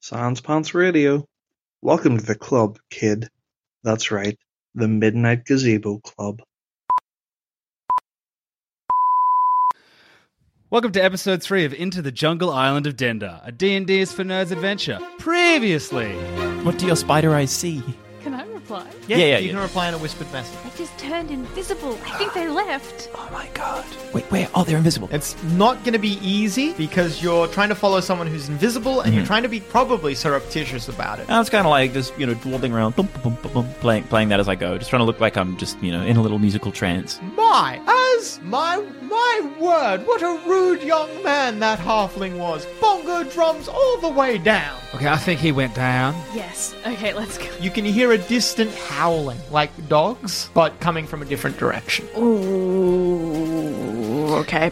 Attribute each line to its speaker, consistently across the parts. Speaker 1: Sans Pants Radio. Welcome to the club, kid. That's right, the Midnight Gazebo Club.
Speaker 2: Welcome to episode 3 of Into the Jungle Island of Denda, a D&D is for nerds adventure. Previously,
Speaker 3: What do your spider eyes see?
Speaker 4: Can I reply?
Speaker 3: Yeah, yeah,
Speaker 5: You
Speaker 3: yeah.
Speaker 5: can reply in a whispered message.
Speaker 4: They just turned invisible. I think they left.
Speaker 3: Oh my god. Wait, where? Oh, they're invisible.
Speaker 5: It's not going to be easy because you're trying to follow someone who's invisible and
Speaker 3: Mm-hmm.
Speaker 5: you're trying to be probably surreptitious about it.
Speaker 3: I was kind of like just, you know, dawdling around, bum, bum, bum, bum, bum, playing, playing that as I go, just trying to look like I'm just, you know, in a little musical trance.
Speaker 5: My, as my, my word, what a rude young man that halfling was. Bongo drums all the way down.
Speaker 2: okay, I think he went down.
Speaker 4: Yes. Okay, let's go.
Speaker 5: You can hear a distant howling, like dogs, but coming from a different direction.
Speaker 4: Ooh. Okay.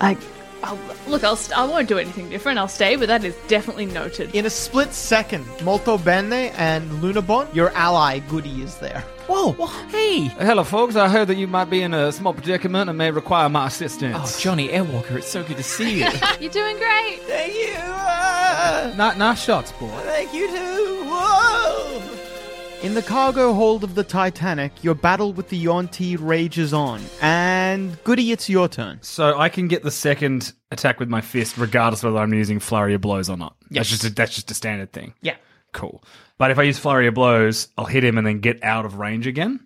Speaker 4: I. I'll, look, I'll. St- I won't do anything different. I'll stay, but that is definitely noted.
Speaker 5: In a split second, Molto Bene and Lunabon, your ally Goody, is there.
Speaker 3: Whoa! hey!
Speaker 2: Hello, folks. I heard that you might be in a small predicament and may require my assistance.
Speaker 3: Oh, Johnny Airwalker, it's so good to see you.
Speaker 4: You're doing great.
Speaker 3: Thank you!
Speaker 2: Ni- nice shots, boy.
Speaker 3: thank you too! Whoa!
Speaker 5: In the cargo hold of the Titanic, your battle with the Yonti rages on. And Goody, it's your turn.
Speaker 2: So I can get the second attack with my fist, regardless whether I'm using flurry of blows or not. That's
Speaker 5: Yes.
Speaker 2: just a, that's just a standard thing.
Speaker 5: Yeah.
Speaker 2: Cool. But if I use flurry of blows, I'll hit him and then get out of range again.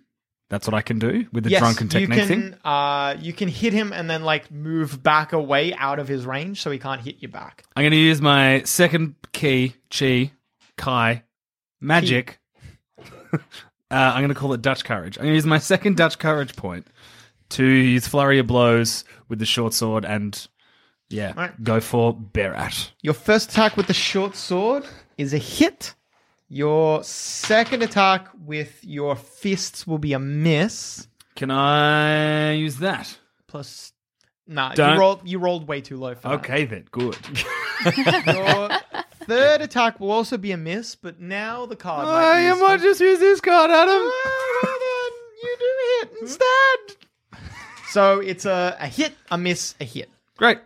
Speaker 2: That's what I can do with the drunken technique
Speaker 5: you can,
Speaker 2: thing.
Speaker 5: Uh, you can hit him and then like move back away out of his range, so he can't hit you back.
Speaker 2: I'm going to use my second key, chi, kai, magic. uh, I'm going to call it Dutch courage. I'm going to use my second Dutch courage point to use flurry of blows with the short sword and yeah,
Speaker 5: Alright.
Speaker 2: go for Berat.
Speaker 5: Your first attack with the short sword is a hit. Your second attack with your fists will be a miss.
Speaker 2: Can I use that?
Speaker 5: Plus, nah,
Speaker 2: Don't-
Speaker 5: you rolled you rolled way too low for that.
Speaker 2: Okay, then good.
Speaker 5: Your third attack will also be a miss, but now the card.
Speaker 2: I
Speaker 5: might be
Speaker 2: am
Speaker 5: useful.
Speaker 2: I just use this card, Adam? Hmm?
Speaker 5: Well, then, you do hit instead. so it's a, a hit, a miss, a hit.
Speaker 2: Great.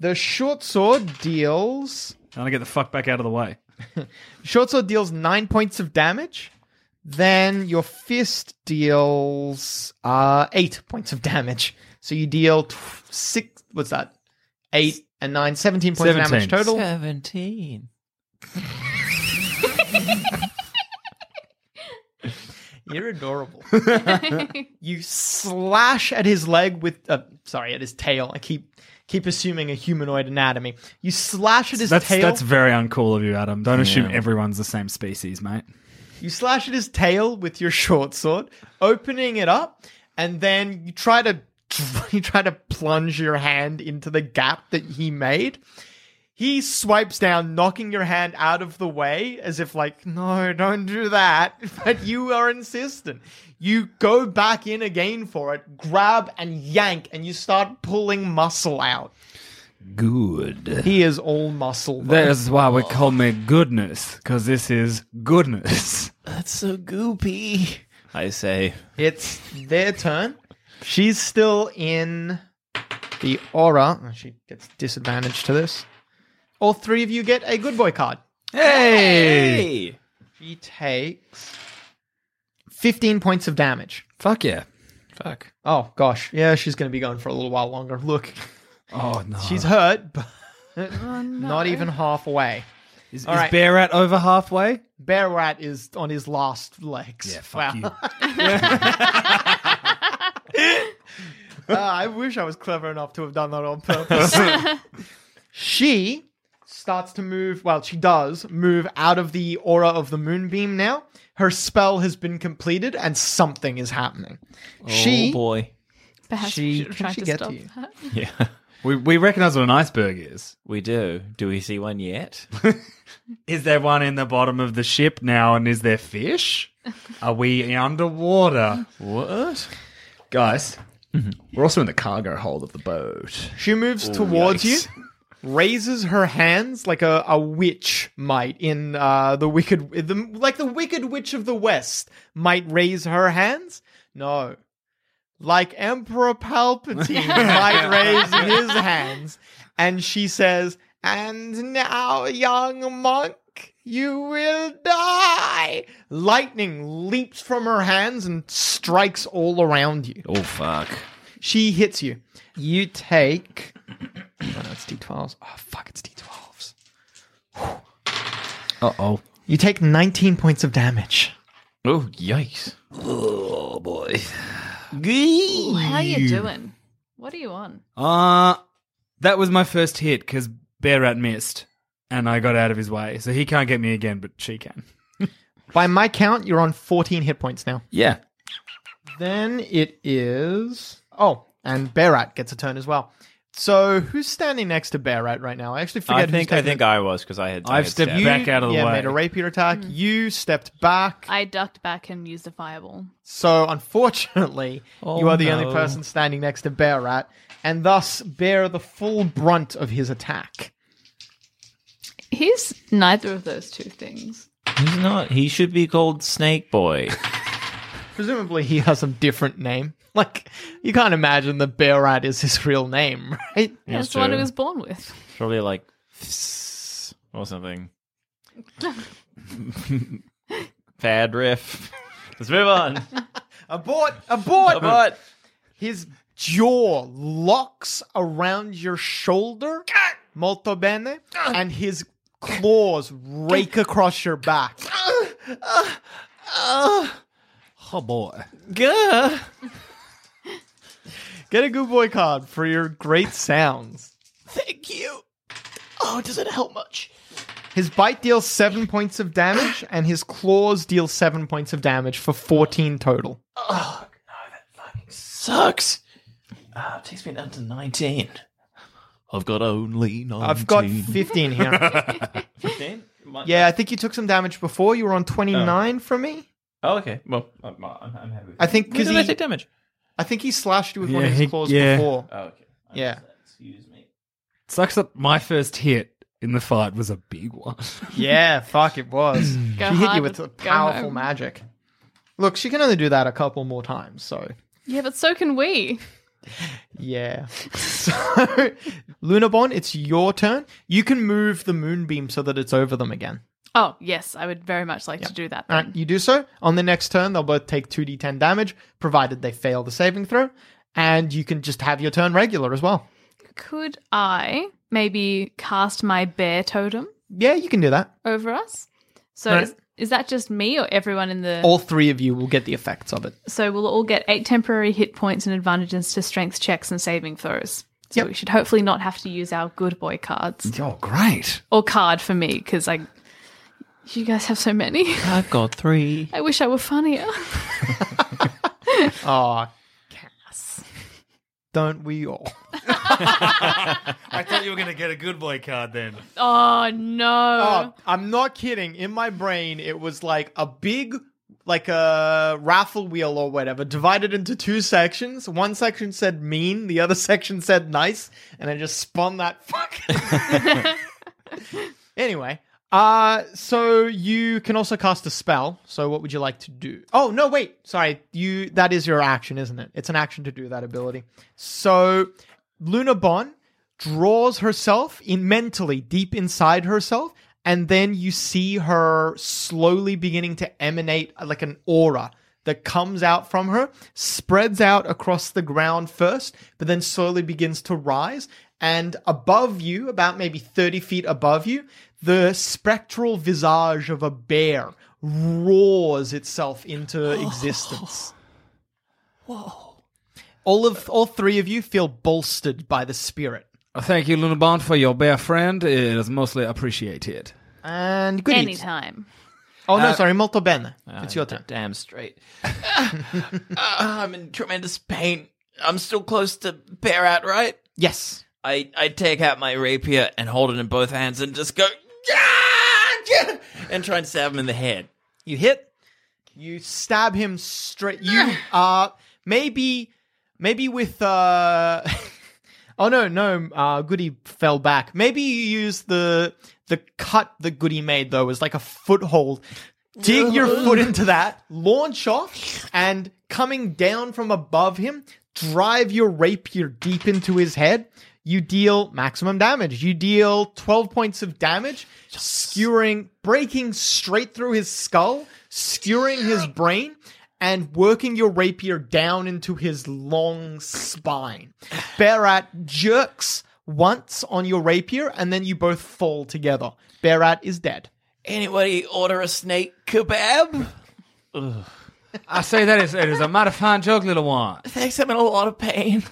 Speaker 5: The short sword deals.
Speaker 2: Now I get the fuck back out of the way.
Speaker 5: Short sword deals nine points of damage. Then your fist deals uh, eight points of damage. So you deal t- six. What's that? Eight and nine. Seventeen points of
Speaker 2: 17.
Speaker 5: damage total.
Speaker 3: 17.
Speaker 5: You're adorable. you slash at his leg with, uh, sorry, at his tail. I keep keep assuming a humanoid anatomy. You slash at his
Speaker 2: That's
Speaker 5: tail.
Speaker 2: that's very uncool of you, Adam. Don't assume
Speaker 3: Yeah.
Speaker 2: everyone's the same species, mate.
Speaker 5: You slash at his tail with your short sword, opening it up, and then you try to you try to plunge your hand into the gap that he made. He swipes down, knocking your hand out of the way, as if like, no, don't do that. But you are insistent. You go back in again for it, grab and yank, and you start pulling muscle out.
Speaker 2: Good.
Speaker 5: He is all muscle. though.
Speaker 2: That is why we call me goodness, because this is goodness.
Speaker 3: That's so goopy. I say,
Speaker 5: It's their turn. She's still in the aura. Oh, She gets disadvantage to this. All three of you get a good boy card.
Speaker 2: Hey!
Speaker 3: hey!
Speaker 5: She takes 15 points of damage.
Speaker 2: Fuck yeah. Fuck.
Speaker 5: Oh, gosh. Yeah, she's going to be gone for a little while longer. Look,
Speaker 2: Oh no.
Speaker 5: she's hurt, but not even halfway.
Speaker 2: is, is
Speaker 5: all right.
Speaker 2: Bear Bearat over halfway?
Speaker 5: Bear Rat is on his last legs.
Speaker 2: Yeah, fuck
Speaker 5: Wow.
Speaker 2: you.
Speaker 5: Uh, I wish I was clever enough to have done that on purpose. she starts to move, well, she does move out of the aura of the moonbeam now. Her spell has been completed and something is happening.
Speaker 3: Oh
Speaker 5: she
Speaker 3: boy.
Speaker 4: Perhaps
Speaker 5: She-
Speaker 4: we should have
Speaker 5: can
Speaker 4: tried
Speaker 5: she
Speaker 4: to
Speaker 5: get
Speaker 4: stop
Speaker 5: to you?
Speaker 4: that.
Speaker 3: Yeah.
Speaker 2: We we recognise what an iceberg is.
Speaker 3: We do. Do we see one yet?
Speaker 2: Is there one in the bottom of the ship now and is there fish? Are we underwater?
Speaker 3: What?
Speaker 2: Guys, we're also in the cargo hold of the boat.
Speaker 5: she moves towards
Speaker 3: yikes.
Speaker 5: you. Raises her hands like a, a witch might in uh, the wicked, the, like the wicked witch of the west might raise her hands. No, like Emperor Palpatine might raise his hands, and she says, And now, young monk, you will die. Lightning leaps from her hands and strikes all around you.
Speaker 2: Oh fuck.
Speaker 5: She hits you. You take. Oh, it's D12s. Oh, fuck, it's D12s.
Speaker 2: Uh oh.
Speaker 5: You take 19 points of damage.
Speaker 3: Oh, yikes.
Speaker 2: Oh boy.
Speaker 4: How you doing? What are you on?
Speaker 2: Uh that was my first hit because Bear Rat missed, and I got out of his way, so he can't get me again, but she can.
Speaker 5: By my count, you're on 14 hit points now.
Speaker 3: Yeah.
Speaker 5: Then it is. Oh, and Berat gets a turn as well. So who's standing next to Berat right now? I actually forget.
Speaker 3: I
Speaker 5: who's
Speaker 3: think I
Speaker 5: taking
Speaker 3: think I was because I had. I
Speaker 2: I've
Speaker 3: had
Speaker 2: stepped
Speaker 5: it. You,
Speaker 3: stabbed.
Speaker 2: back out of the
Speaker 5: yeah,
Speaker 2: way.
Speaker 5: made a rapier attack. You stepped back.
Speaker 4: I ducked back and used a fireball.
Speaker 5: So unfortunately, you
Speaker 3: Oh,
Speaker 5: are the only
Speaker 3: no.
Speaker 5: person standing next to Berat, and thus bear the full brunt of his attack.
Speaker 4: He's neither of those two things.
Speaker 3: He's not. He should be called Snake Boy.
Speaker 5: Presumably, he has a different name. Like you can't imagine that Berat is his real name, right?
Speaker 4: That's the one he was born with.
Speaker 3: Probably like Fs or something. Bad riff. Let's move on.
Speaker 5: Abort! Abort!
Speaker 3: But
Speaker 5: His jaw locks around your shoulder, molto bene, and his claws rake across your back.
Speaker 2: Oh boy.
Speaker 3: Gah.
Speaker 5: Get a good boy card for your great sounds.
Speaker 3: Thank you. Oh, does it help much?
Speaker 5: His bite deals seven points of damage, and his claws deal seven points of damage for 14 total.
Speaker 3: Oh, Sucks. Uh, takes me down to 19. I've got only 19.
Speaker 5: I've got 15 here.
Speaker 3: 15?
Speaker 5: yeah, I think you took some damage before. You were on 29 from me.
Speaker 3: Oh, okay. Well, I'm, I'm, I'm happy. with
Speaker 5: I
Speaker 3: that.
Speaker 5: think
Speaker 3: Where
Speaker 5: because
Speaker 3: did I
Speaker 5: he,
Speaker 3: take damage?
Speaker 5: I think he slashed you with one
Speaker 2: Yeah,
Speaker 5: of his
Speaker 2: he-
Speaker 5: claws
Speaker 2: yeah.
Speaker 5: before.
Speaker 3: Oh, okay. I
Speaker 5: Yeah.
Speaker 3: missed that. Excuse me.
Speaker 2: Sucks that my first hit in the fight was a big one.
Speaker 5: Yeah, fuck, it was.
Speaker 4: Go
Speaker 5: she hit
Speaker 4: hard
Speaker 5: you with
Speaker 4: or
Speaker 5: a
Speaker 4: go
Speaker 5: powerful
Speaker 4: home.
Speaker 5: magic. Look, she can only do that a couple more times, so
Speaker 4: Yeah, but so can we.
Speaker 5: yeah. So, Lunabon, it's your turn. You can move the moonbeam so that it's over them again.
Speaker 4: Oh, yes, I would very much like to do that.
Speaker 5: All
Speaker 4: Then.
Speaker 5: right, you do so. On the next turn, they'll both take 2d10 damage, provided they fail the saving throw, and you can just have your turn regular as well.
Speaker 4: Could I maybe cast my bear totem
Speaker 5: Yeah, you can do that.
Speaker 4: over us? So
Speaker 5: Right.
Speaker 4: is, is that just me or everyone in the.
Speaker 5: All three of you will get the effects of it.
Speaker 4: so we'll all get eight temporary hit points and advantages to strength checks and saving throws. So
Speaker 5: Yep.
Speaker 4: we should hopefully not have to use our good boy cards.
Speaker 2: oh great.
Speaker 4: or card for me because I. You guys have so many.
Speaker 3: I've got three.
Speaker 4: I wish I were funnier.
Speaker 5: Aw, don't we all?
Speaker 2: I thought you were gonna get a good boy card then.
Speaker 4: Oh no!
Speaker 5: Oh, I'm not kidding. In my brain, it was like a big, like a raffle wheel or whatever, divided into two sections. One section said mean, the other section said nice, and I just spun that fucking. anyway, uh, so you can also cast a spell. So what would you like to do? Oh no, wait, sorry. You that is your action, isn't it? It's an action to do that ability. So Luna Bon draws herself in mentally deep inside herself, and then you see her slowly beginning to emanate uh, like an aura that comes out from her, spreads out across the ground first, but then slowly begins to rise. And above you, about maybe 30 feet above you, the spectral visage of a bear roars itself into existence all of all three of you feel bolstered by the spirit.
Speaker 2: Thank you, Lunabond, for your bear friend. It is mostly appreciated.
Speaker 5: And good eats.
Speaker 4: Anytime.
Speaker 5: Oh no, sorry, molto bene.
Speaker 3: uh,
Speaker 5: it's your turn.
Speaker 3: Damn straight. Ah, I'm in tremendous pain. I'm still close to Bearat, right?
Speaker 5: Yes.
Speaker 3: I, I take out my rapier and hold it in both hands and just go, "Ah!" and try and stab him in the head.
Speaker 5: You hit. You stab him straight. You uh maybe maybe with uh Oh no, no, uh Goody fell back. Maybe you use the the cut that Goody made though as like a foothold. Dig your foot into that, launch off, and coming down from above him, drive your rapier deep into his head. you deal maximum damage. You deal 12 points of damage, skewering, breaking straight through his skull, skewering his brain, and working your rapier down into his long spine. Berat jerks once on your rapier, and then you both fall together. Berat is dead.
Speaker 3: Anybody order a snake kebab?
Speaker 2: I say that is it is a mighty fine joke, little one.
Speaker 3: Thanks, I'm in a lot of pain.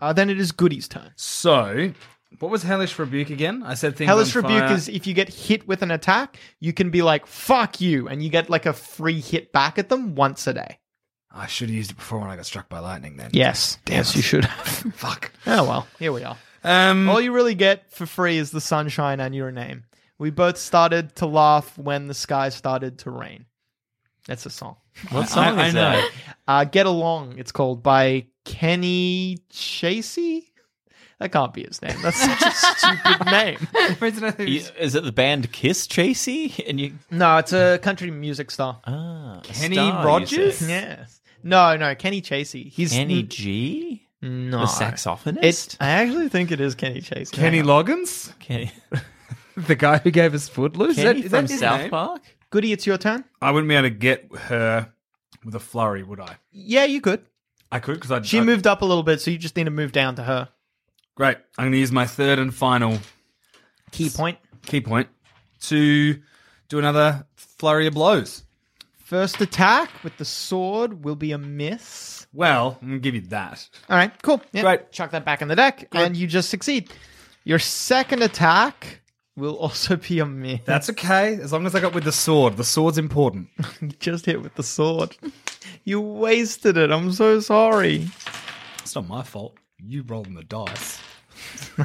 Speaker 5: Uh, then it is Goody's turn.
Speaker 2: So, what was hellish rebuke again? I said things.
Speaker 5: Hellish
Speaker 2: on
Speaker 5: Rebuke
Speaker 2: fire.
Speaker 5: is if you get hit with an attack, you can be like, fuck you, and you get like a free hit back at them once a day.
Speaker 2: I should have used it before when I got struck by lightning. Then
Speaker 5: Yes. Yes, you should have.
Speaker 2: fuck.
Speaker 5: oh, well, here we are.
Speaker 2: Um,
Speaker 5: All you really get for free is the sunshine and your name. We both started to laugh when the sky started to rain. That's a song.
Speaker 3: What
Speaker 2: song is that?
Speaker 5: Uh, Get Along, it's called by Kenny Chasey. That can't be his name. That's such a stupid name.
Speaker 2: reason I think
Speaker 3: Is it the band Kiss Chasey? And you
Speaker 5: No, it's a country music star.
Speaker 3: ah,
Speaker 2: Kenny
Speaker 3: star, you
Speaker 2: Rogers?
Speaker 3: say.
Speaker 5: Yes. No, no, Kenny Chasey. He's
Speaker 3: Kenny G,
Speaker 5: No.
Speaker 3: the saxophonist.
Speaker 5: It, I actually think it is Kenny Chasey.
Speaker 2: Kenny Loggins,
Speaker 3: Kenny,
Speaker 2: the guy who gave us Footloose.
Speaker 3: Kenny
Speaker 2: is that,
Speaker 3: from
Speaker 2: is that his
Speaker 3: South
Speaker 2: name?
Speaker 3: Park.
Speaker 5: Goody, it's your turn.
Speaker 2: I wouldn't be able to get her with a flurry, would I?
Speaker 5: Yeah, you could.
Speaker 2: I could because I.
Speaker 5: She
Speaker 2: I,
Speaker 5: moved up a little bit, so you just need to move down to her
Speaker 2: Great. I'm going to use my third and final
Speaker 5: key point.
Speaker 2: key point to do another flurry of blows.
Speaker 5: First attack with the sword will be a miss.
Speaker 2: Well, I'm going to give you that.
Speaker 5: All right, cool. Yeah,
Speaker 2: Great.
Speaker 5: Chuck that back in the deck, and you just succeed. Your second attack will also be a miss.
Speaker 2: That's okay, as long as I got with the sword. The sword's important.
Speaker 5: You just hit with the sword. You wasted it. I'm so sorry.
Speaker 2: It's not my fault. You rolling the dice.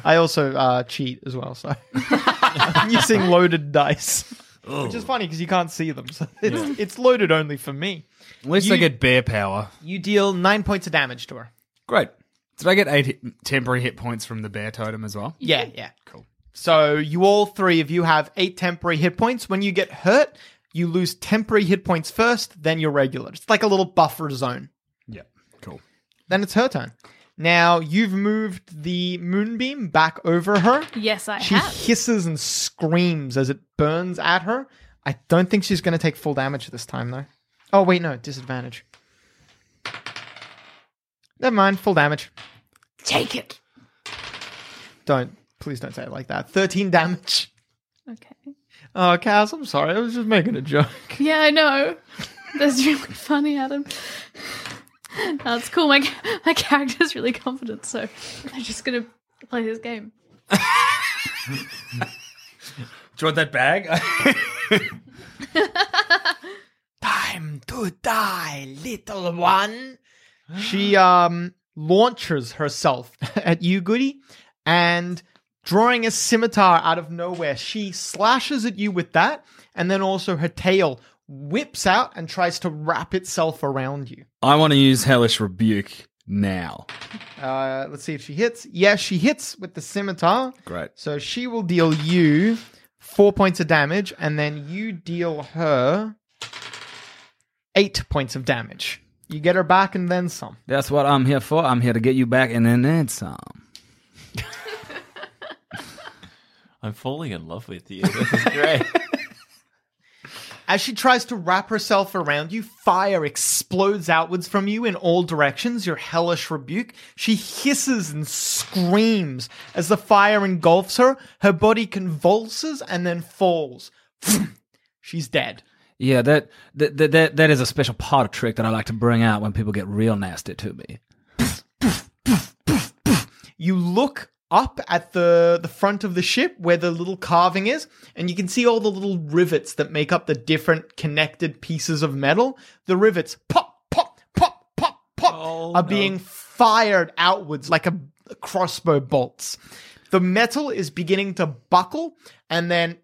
Speaker 5: I also uh, cheat as well, so I'm using loaded dice, which is funny because you can't see them. So it's, it's loaded only for me.
Speaker 2: At least I
Speaker 5: You-
Speaker 2: get bear power.
Speaker 5: You deal nine points of damage to her.
Speaker 2: Great. Did I get eight hit, temporary hit points from the bear totem as well?
Speaker 5: Yeah, yeah.
Speaker 2: Cool.
Speaker 5: So you all three of you have eight temporary hit points. When you get hurt, you lose temporary hit points first, then your regular. It's like a little buffer zone.
Speaker 2: Yeah. Cool.
Speaker 5: Then it's her turn. Now you've moved the moonbeam back over her.
Speaker 4: Yes, I
Speaker 5: She
Speaker 4: have.
Speaker 5: hisses and screams as it burns at her. I don't think she's going to take full damage this time, though. Oh, wait, no, disadvantage. Never mind, full damage.
Speaker 4: Take it.
Speaker 5: Don't, please don't say it like that. 13 damage.
Speaker 4: Okay.
Speaker 5: Oh, Kaz, I'm sorry. I was just making a joke.
Speaker 4: Yeah, I know. That's really funny, Adam. That's cool. My ca- my character's really confident, so I'm just gonna play this game.
Speaker 2: Do you want that bag?
Speaker 5: Time to die, little one. She um launches herself at you, Goody, and drawing a scimitar out of nowhere, she slashes at you with that, and then also her tail whips out and tries to wrap itself around you.
Speaker 2: I want to use Hellish Rebuke now.
Speaker 5: Uh, let's see if she hits. Yeah, she hits with the scimitar.
Speaker 2: Great.
Speaker 5: So she will deal you four points of damage, and then you deal her eight points of damage. You get her back and then some.
Speaker 2: That's what I'm here for. I'm here to get you back and then add some.
Speaker 3: I'm falling in love with you. This is great.
Speaker 5: As she tries to wrap herself around you, fire explodes outwards from you in all directions, your hellish rebuke. She hisses and screams as the fire engulfs her. Her body convulses and then falls. She's dead.
Speaker 2: Yeah, that, that that- that that is a special part trick that I like to bring out when people get real nasty to me.
Speaker 5: you look up at the the front of the ship where the little carving is and you can see all the little rivets that make up the different connected pieces of metal the rivets pop pop pop pop pop
Speaker 3: Oh,
Speaker 5: are
Speaker 3: no.
Speaker 5: being fired outwards like a, a crossbow bolts the metal is beginning to buckle and then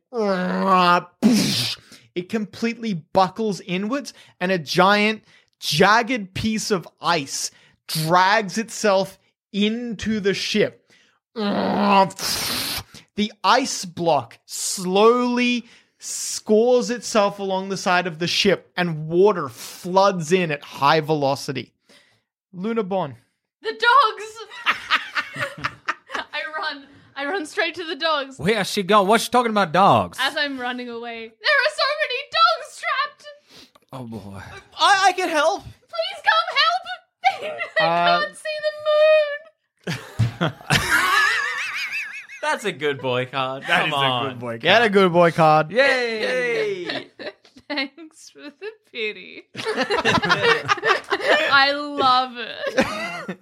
Speaker 5: it completely buckles inwards and a giant jagged piece of ice drags itself into the ship. The ice block slowly scores itself along the side of the ship and water floods in at high velocity. Luna Bon.
Speaker 4: The dogs. I run. I run straight to the dogs.
Speaker 2: Where she go? What's she talking about dogs?
Speaker 4: As I'm running away, there are so many dogs trapped.
Speaker 2: oh boy.
Speaker 3: I, I can help.
Speaker 4: Please come help! I
Speaker 5: Uh,
Speaker 4: can't see the moon.
Speaker 3: That's a good boy card. Come on.
Speaker 2: boy.
Speaker 5: Get a good boy card.
Speaker 2: Yay!
Speaker 3: Hey.
Speaker 4: Thanks for the pity. I love it.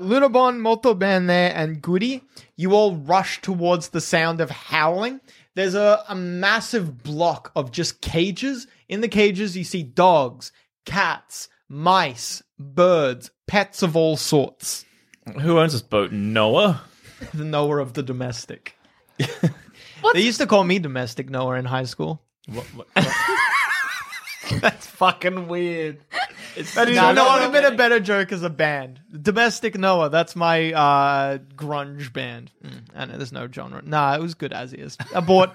Speaker 5: Lunabon, Motoban there, and Goody, you all rush towards the sound of howling. There's a, a massive block of just cages. In the cages, you see dogs, cats, mice, birds, pets of all sorts.
Speaker 6: Who owns this boat? Noah?
Speaker 5: The Noah of the domestic.
Speaker 4: What's-
Speaker 5: They used to call me domestic Noah in high school.
Speaker 6: What, what- what-
Speaker 5: That's fucking weird.
Speaker 6: it's-
Speaker 5: That, is,
Speaker 6: No,
Speaker 5: that
Speaker 6: no,
Speaker 5: would have been
Speaker 6: no.
Speaker 5: a better joke as a band. Domestic Noah, that's my uh, grunge band. Mm, I know there's no genre. Nah, it was good as is. Abort.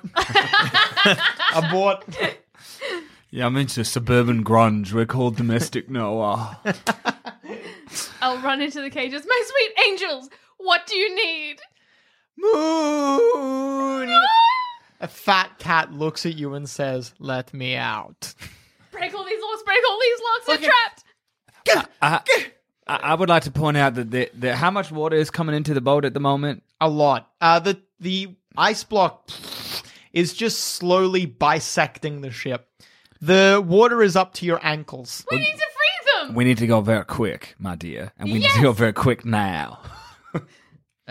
Speaker 5: Abort.
Speaker 2: Yeah, I'm into suburban grunge. We're called domestic Noah.
Speaker 4: I'll run into the cages. My sweet angels, what do you need?
Speaker 5: Moon. A fat cat looks at you and says, "Let me out."
Speaker 4: Break all these locks. Break all these locks. They're trapped.
Speaker 2: I, I, I would like to point out that the, the, how much water is coming into the boat at the moment?
Speaker 5: A lot. Uh, the the ice block is just slowly bisecting the ship. The water is up to your ankles.
Speaker 4: We need to free them.
Speaker 2: We need to go very quick, my dear, and we need
Speaker 4: Yes.
Speaker 2: to go very quick now.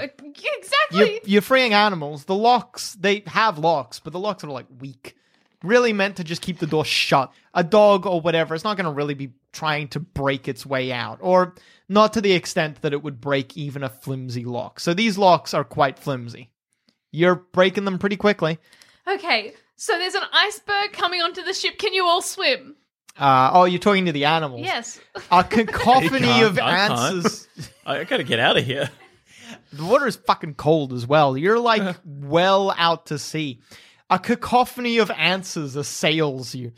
Speaker 4: Uh,
Speaker 5: you're,
Speaker 4: exactly.
Speaker 5: you're freeing animals. The locks, they have locks, but the locks are like weak. Really meant to just keep the door shut. A dog or whatever, it's not going to really be trying to break its way out, or not to the extent that it would break even a flimsy lock. So these locks are quite flimsy. You're breaking them pretty quickly.
Speaker 4: Okay, so there's an iceberg coming onto the ship. Can you all swim?
Speaker 5: Uh, oh, you're talking to the animals.
Speaker 4: Yes.
Speaker 5: A cacophony
Speaker 6: can't,
Speaker 5: of
Speaker 6: I can't.
Speaker 5: answers.
Speaker 6: I gotta get out of here.
Speaker 5: The water is fucking cold as well. You're like well out to sea. A cacophony of answers assails you.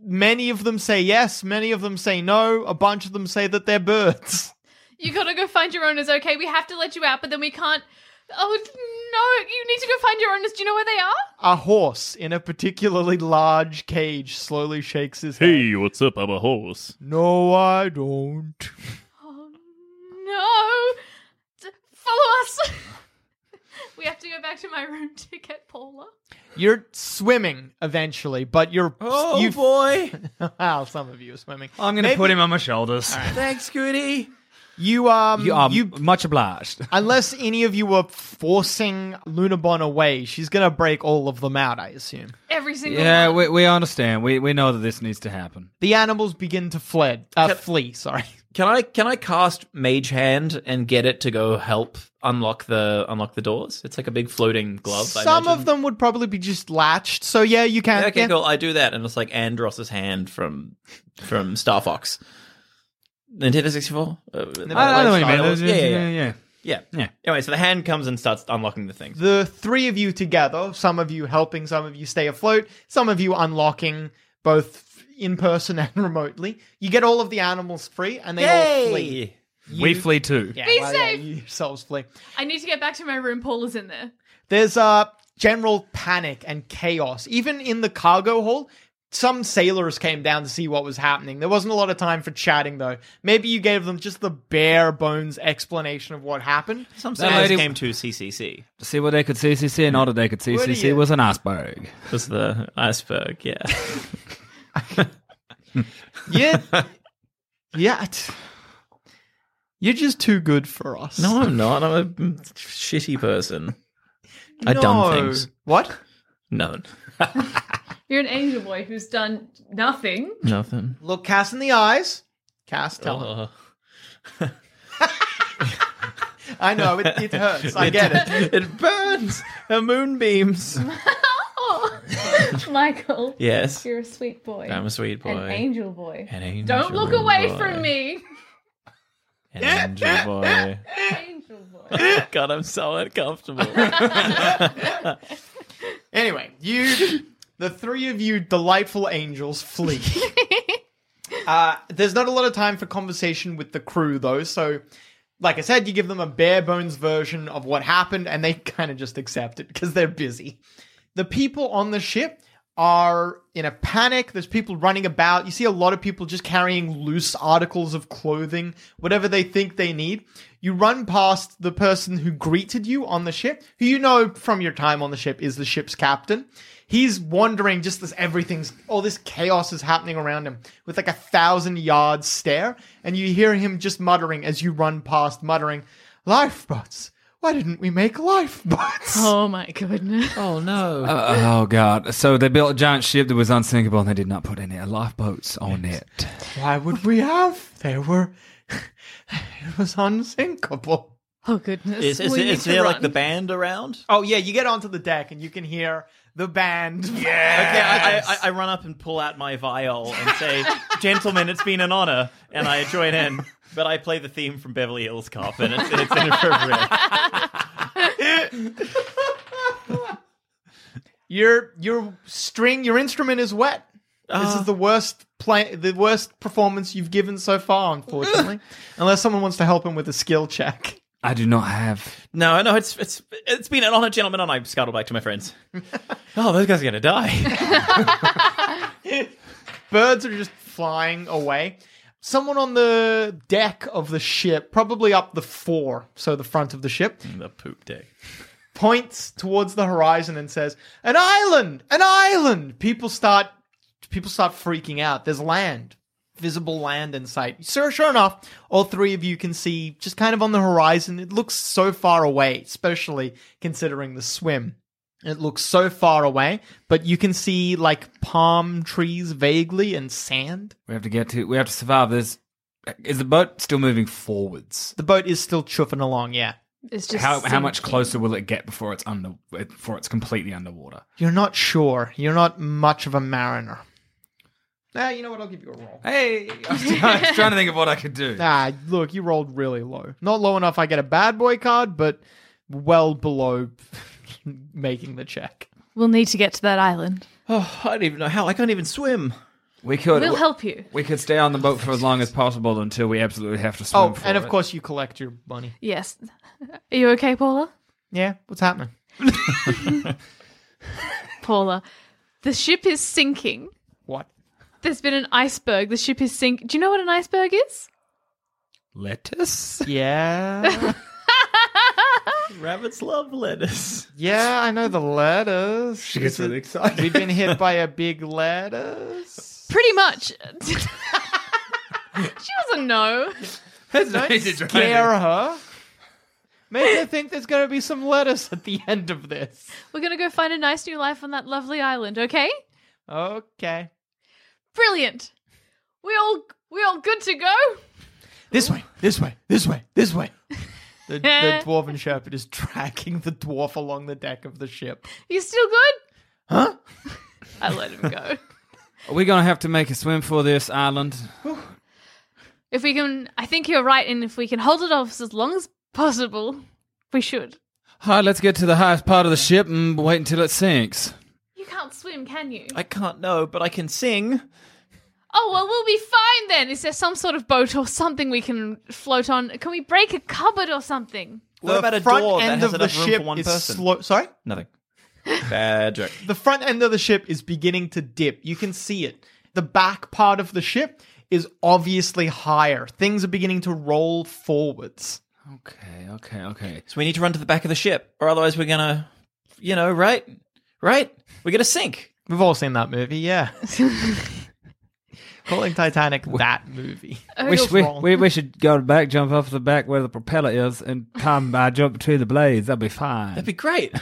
Speaker 5: Many of them say yes, many of them say no, a bunch of them say that they're birds.
Speaker 4: You gotta go find your owners, okay? We have to let you out, but then we can't. Oh, no. You need to go find your owners. Do you know where they are?
Speaker 5: A horse in a particularly large cage slowly shakes his head.
Speaker 6: Hey, what's up? I'm a horse.
Speaker 5: No, I don't.
Speaker 4: Oh, no. D- follow us. we have to go back to my room to get Paula.
Speaker 5: You're swimming eventually, but you're
Speaker 3: Oh
Speaker 5: you
Speaker 3: boy!
Speaker 5: wow, some of you are swimming.
Speaker 2: I'm going to
Speaker 5: Maybe-
Speaker 2: put him on my shoulders.
Speaker 3: Thanks, Goody.
Speaker 5: You um
Speaker 2: You are
Speaker 5: you
Speaker 2: much obliged.
Speaker 5: Unless any of you were forcing Lunabon away, she's gonna break all of them out, I assume.
Speaker 4: Every single
Speaker 2: Yeah,
Speaker 4: one.
Speaker 2: we, we understand. We, we know that this needs to happen.
Speaker 5: The animals begin to fled, uh,
Speaker 3: Yep.
Speaker 5: flee. Sorry.
Speaker 3: Can I can I cast Mage Hand and get it to go help unlock the unlock the doors? It's like a big floating glove. I
Speaker 5: Some
Speaker 3: imagine.
Speaker 5: of them would probably be just latched. So yeah, you can.
Speaker 3: Okay,
Speaker 5: yeah.
Speaker 3: cool. I do that, and it's like Andros's hand from from Star Fox, Nintendo Uh, sixty four.
Speaker 2: I, I know what you mean.
Speaker 3: Yeah, yeah, yeah.
Speaker 2: yeah.
Speaker 3: Yeah.
Speaker 2: Yeah.
Speaker 3: Anyway, so the hand comes and starts unlocking the things.
Speaker 5: The three of you together. Some of you helping. Some of you stay afloat. Some of you unlocking, both in person and remotely. You get all of the animals free, and they all flee.
Speaker 2: we
Speaker 5: You-
Speaker 2: flee too.
Speaker 5: Yeah,
Speaker 4: Be
Speaker 5: well, yeah,
Speaker 4: safe.
Speaker 5: you yourselves flee.
Speaker 4: I need to get back to my room. Paula's in there.
Speaker 5: There's uh, general panic and chaos. Even in the cargo hold, some sailors came down to see what was happening. There wasn't a lot of time for chatting, though. Maybe you gave them just the bare bones explanation of what happened.
Speaker 3: Some
Speaker 2: That
Speaker 3: sailors
Speaker 2: lady-
Speaker 3: came to CCC.
Speaker 2: See what they could CCC, and all that they could
Speaker 5: What do
Speaker 2: CCC
Speaker 5: you-
Speaker 2: was an iceberg.
Speaker 3: Was the iceberg? Yeah.
Speaker 5: Yeah. yeah. t- You're just too good for us.
Speaker 3: no, I'm not. I'm a shitty person. I've
Speaker 5: No.
Speaker 3: done things.
Speaker 5: What?
Speaker 3: No,
Speaker 4: You're an angel boy who's done nothing.
Speaker 3: nothing.
Speaker 5: Look Cass in the eyes. Cass, tell him.
Speaker 3: Oh.
Speaker 5: I know, it, it hurts. I get it.
Speaker 3: it burns. The moon beams.
Speaker 4: Oh, Michael.
Speaker 3: Yes.
Speaker 4: You're a sweet boy.
Speaker 3: I'm a sweet boy.
Speaker 4: An angel boy.
Speaker 3: An angel
Speaker 4: Don't look away
Speaker 3: boy.
Speaker 4: from me.
Speaker 3: An angel boy.
Speaker 4: angel boy.
Speaker 3: God, I'm so uncomfortable.
Speaker 5: Anyway, you, the three of you delightful angels flee. uh, there's not a lot of time for conversation with the crew, though, so like I said, you give them a bare bones version of what happened, and they kind of just accept it because they're busy. The people on the ship are in a panic. There's people running about. You see a lot of people just carrying loose articles of clothing, whatever they think they need. You run past the person who greeted you on the ship, who you know from your time on the ship is the ship's captain. He's wandering just as everything's, all this chaos is happening around him with like a thousand yard stare. And you hear him just muttering as you run past, muttering, lifeboats. Why didn't we make lifeboats?
Speaker 4: Oh my goodness.
Speaker 3: Oh no.
Speaker 2: Uh, oh god! So they built a giant ship that was unsinkable, and they did not put any lifeboats on it.
Speaker 5: Why would we have? They were. It was unsinkable.
Speaker 4: Oh goodness.
Speaker 6: Is, is,
Speaker 4: We
Speaker 6: is
Speaker 4: need to
Speaker 6: there like
Speaker 4: run.
Speaker 6: the band around?
Speaker 5: Oh yeah, you get onto the deck and you can hear the band. Yeah.
Speaker 6: Okay, I, I, I run up and pull out my viol and say, "Gentlemen, it's been an honor," and I join in. But I play the theme from Beverly Hills Cop, and it's, it's inappropriate.
Speaker 5: Your your string, your instrument is wet. this is the worst play, the worst performance you've given so far, unfortunately. Unless someone wants to help him with a skill check.
Speaker 2: I do not have.
Speaker 6: No, no, it's it's it's been an honor, gentlemen, and I scuttle back to my friends. oh, those guys are gonna die.
Speaker 5: birds are just flying away. Someone on the deck of the ship, probably up the fore, so the front of the ship,
Speaker 6: the poop dick.
Speaker 5: points towards the horizon and says, "An island! An island!" People start people start freaking out. There's land, visible land in sight. So sure enough, all three of you can see just kind of on the horizon. It looks so far away, especially considering the swim. It looks so far away, but you can see like palm trees vaguely and sand.
Speaker 2: We have to get to. We have to survive. There's. Is the boat still moving forwards?
Speaker 5: The boat is still chuffing along, yeah.
Speaker 4: It's just
Speaker 2: How how much
Speaker 4: sinking.
Speaker 2: closer will it get before it's under before it's completely underwater?
Speaker 5: You're not sure. You're not much of a mariner. Ah, you know what? I'll give you a roll.
Speaker 2: Hey, I was trying, I was trying to think of what I could do.
Speaker 5: Ah, look, you rolled really low. Not low enough I get a bad boy card, but well below making the check.
Speaker 4: We'll need to get to that island.
Speaker 6: Oh, I don't even know how. I can't even swim.
Speaker 2: We could.
Speaker 4: We'll help you.
Speaker 2: We could stay on the boat for as long as possible until we absolutely have to swim.
Speaker 5: Oh,
Speaker 2: for
Speaker 5: and of
Speaker 2: it.
Speaker 5: course you collect your money.
Speaker 4: Yes. Are you okay, Paula?
Speaker 5: Yeah, what's happening?
Speaker 4: Paula, the ship is sinking.
Speaker 5: What?
Speaker 4: There's been an iceberg. The ship is sink. Do you know what an iceberg is?
Speaker 2: lettuce.
Speaker 5: Yeah.
Speaker 6: Rabbits love lettuce.
Speaker 5: yeah, I know the letters. She
Speaker 2: gets really excited.
Speaker 5: We've been hit by a big lettuce.
Speaker 4: Pretty much. she doesn't know.
Speaker 5: Don't scare her. Make her think there's going to be some lettuce at the end of this.
Speaker 4: We're gonna go find a nice new life on that lovely island. Okay?
Speaker 5: Okay.
Speaker 4: Brilliant. We all we all good to go.
Speaker 5: This way, this way, this way, this way. The, the dwarven shepherd is dragging the dwarf along the deck of the ship.
Speaker 4: You still good?
Speaker 5: Huh?
Speaker 4: I let him go.
Speaker 2: Are we gonna have to make a swim for this island?
Speaker 4: if we can, I think you're right. And if we can hold it off as long as possible, we should.
Speaker 2: Hi, let's get to the highest part of the ship and wait until it sinks.
Speaker 4: You can't swim, can you?
Speaker 6: I can't know, but I can sing.
Speaker 4: Oh, well, we'll be fine then. Is there some sort of boat or something we can float on? Can we break a cupboard or something?
Speaker 6: What about a
Speaker 5: front
Speaker 6: door
Speaker 5: end
Speaker 6: that has
Speaker 5: of the
Speaker 6: enough room
Speaker 5: ship
Speaker 6: for one
Speaker 5: is
Speaker 6: person?
Speaker 5: slow. Sorry,
Speaker 6: Nothing. Bad joke.
Speaker 5: the front end of the ship is beginning to dip. You can see it. The back part of the ship is obviously higher. Things are beginning to roll forwards.
Speaker 2: Okay, okay, okay.
Speaker 6: So we need to run to the back of the ship, or otherwise we're gonna, you know, right, right, we're gonna sink.
Speaker 5: We've all seen that movie, yeah. Calling Titanic that movie.
Speaker 4: Oh,
Speaker 2: We, sh-
Speaker 5: Feels
Speaker 2: we,
Speaker 5: wrong.
Speaker 2: we, we should go back, jump off the back where the propeller is, and come by jump between the blades. That'll be fine.
Speaker 6: That'd be great.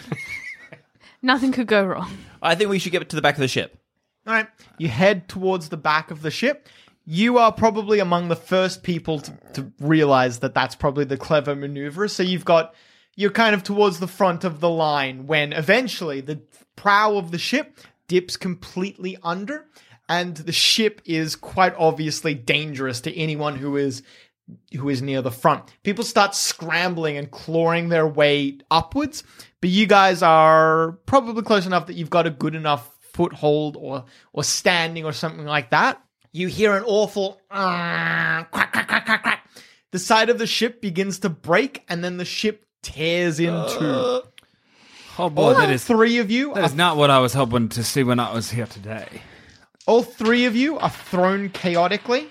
Speaker 4: Nothing could go wrong.
Speaker 6: I think we should get to the back of the ship.
Speaker 5: All right. You head towards the back of the ship. You are probably among the first people to, to realize that that's probably the clever maneuver. So you've got, you're kind of towards the front of the line when eventually the prow of the ship dips completely under, and the ship is quite obviously dangerous to anyone who is who is near the front. People start scrambling and clawing their way upwards, but you guys are probably close enough that you've got a good enough foothold or or standing or something like that. You hear an awful "Ah," quack quack quack quack quack. The side of the ship begins to break, and then the ship tears in two.
Speaker 2: Oh boy,
Speaker 5: All
Speaker 2: Uh, that is
Speaker 5: three of you.
Speaker 2: that
Speaker 5: Are,
Speaker 2: is not what I was hoping to see when I was here today.
Speaker 5: all three of you are thrown chaotically.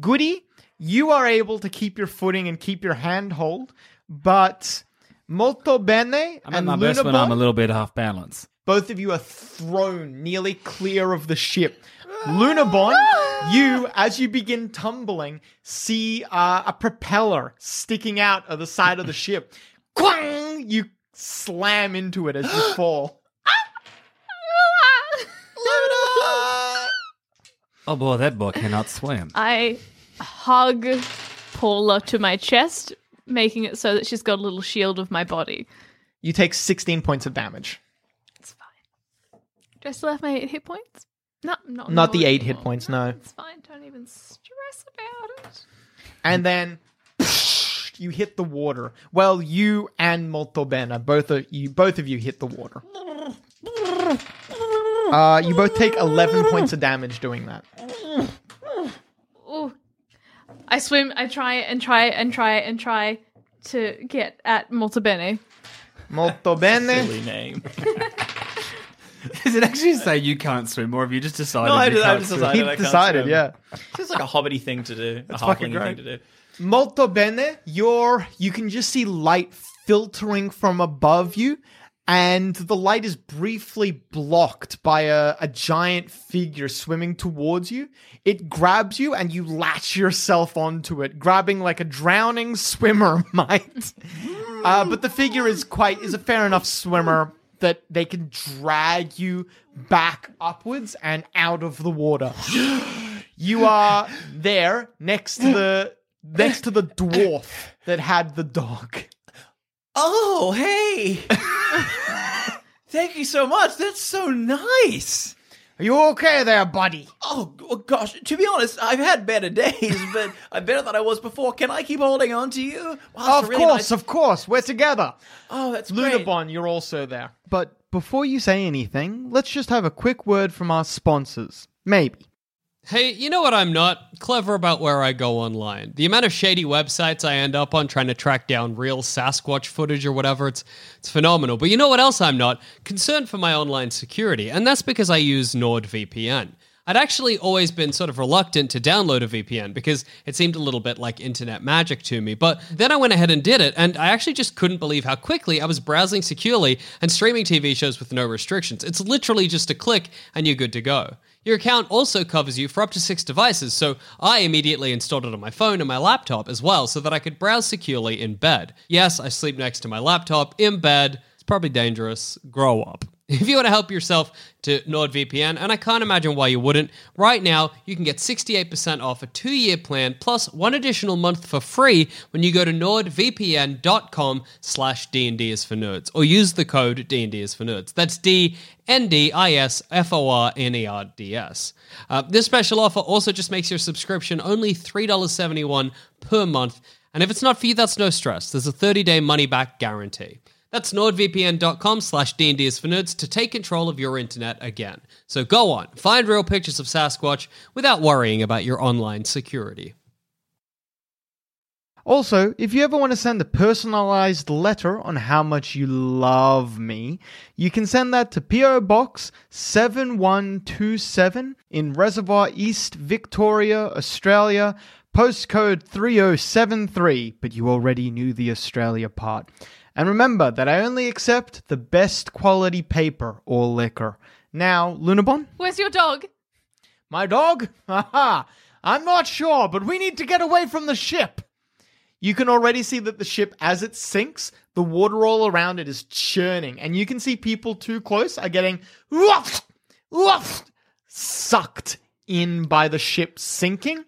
Speaker 5: Goody, you are able to keep your footing and keep your handhold, but Molto Bene
Speaker 2: I'm at
Speaker 5: and
Speaker 2: my best when I'm a
Speaker 5: Lunabon,
Speaker 2: little bit off balance.
Speaker 5: both of you are thrown nearly clear of the ship. Lunabon, you, as you begin tumbling, see uh, a propeller sticking out of the side of the ship. Quang! You slam into it as you fall.
Speaker 2: Ah! Oh boy, that boy cannot swim.
Speaker 4: I hug Paula to my chest, making it so that she's got a little shield of my body.
Speaker 5: You take 16 points of damage.
Speaker 4: It's fine. Do I still have my eight hit points? No, not
Speaker 5: Not the
Speaker 4: annoyed
Speaker 5: eight hit
Speaker 4: anymore.
Speaker 5: points, no.
Speaker 4: It's fine. Don't even stress about it.
Speaker 5: and then you hit the water. Well, you and Moltobena, both of you, both of you hit the water. Uh, you both take eleven points of damage doing that.
Speaker 4: Ooh. I swim, I try and try and try and try to get at Multibene.
Speaker 5: Moltobene,
Speaker 6: Silly name.
Speaker 2: Does it actually say you can't swim, or have you just decided?
Speaker 6: No, I
Speaker 2: you
Speaker 6: just- I
Speaker 2: can't
Speaker 6: just
Speaker 2: swim?
Speaker 6: decided.
Speaker 5: he
Speaker 6: I can't
Speaker 5: decided,
Speaker 6: swim.
Speaker 5: yeah.
Speaker 6: It's like a hobbity thing to do. a
Speaker 5: fucking
Speaker 6: halfling
Speaker 5: great.
Speaker 6: thing to do.
Speaker 5: Molto bene, you're you can just see light filtering from above you, and the light is briefly blocked by a, a giant figure swimming towards you. It grabs you and you latch yourself onto it, grabbing like a drowning swimmer might. Uh, but the figure is quite is a fair enough swimmer that they can drag you back upwards and out of the water. You are there next to the next to the dwarf that had the dog.
Speaker 6: Oh, hey! Thank you so much. That's so nice.
Speaker 5: Are you okay there, buddy?
Speaker 6: Oh g- oh, gosh, to be honest, I've had better days, but I'm better than I was before. Can I keep holding on to you? Wow, that's a
Speaker 5: of
Speaker 6: really
Speaker 5: course,
Speaker 6: nice-
Speaker 5: of course, we're together.
Speaker 6: Oh, that's great.
Speaker 5: Lunabon, you're also there. But before you say anything, let's just have a quick word from our sponsors. Maybe.
Speaker 7: Hey, you know what I'm not? Clever about where I go online. The amount of shady websites I end up on trying to track down real Sasquatch footage or whatever, it's it's phenomenal. But you know what else I'm not? Concerned for my online security, and that's because I use NordVPN. I'd actually always been sort of reluctant to download a VPN because it seemed a little bit like internet magic to me. But then I went ahead and did it, and I actually just couldn't believe how quickly I was browsing securely and streaming TV shows with no restrictions. It's literally just a click, and you're good to go. Your account also covers you for up to six devices, so I immediately installed it on my phone and my laptop as well so that I could browse securely in bed. Yes, I sleep next to my laptop in bed. It's probably dangerous. Grow up. If you want to help yourself to NordVPN, and I can't imagine why you wouldn't, right now you can get 68% off a two year plan plus one additional month for free when you go to nordvpn.com slash D&D is for nerds or use the code D&D is for nerds. That's D N D I S F O R N E R D S. Uh, this special offer also just makes your subscription only $3.71 per month. And if it's not for you, that's no stress. There's a 30 day money back guarantee. That's nordvpn.com slash D&D is for nerds to take control of your internet again. So go on, find real pictures of Sasquatch without worrying about your online security.
Speaker 5: Also, if you ever want to send a personalized letter on how much you love me, you can send that to P.O. Box 7127 in Reservoir East, Victoria, Australia, postcode 3073. But you already knew the Australia part. And remember that I only accept the best quality paper or liquor. Now, Lunabon?
Speaker 4: Where's your dog?
Speaker 5: My dog? Haha. I'm not sure, but we need to get away from the ship. You can already see that the ship, as it sinks, the water all around it is churning, and you can see people too close are getting woof, woof, sucked in by the ship sinking.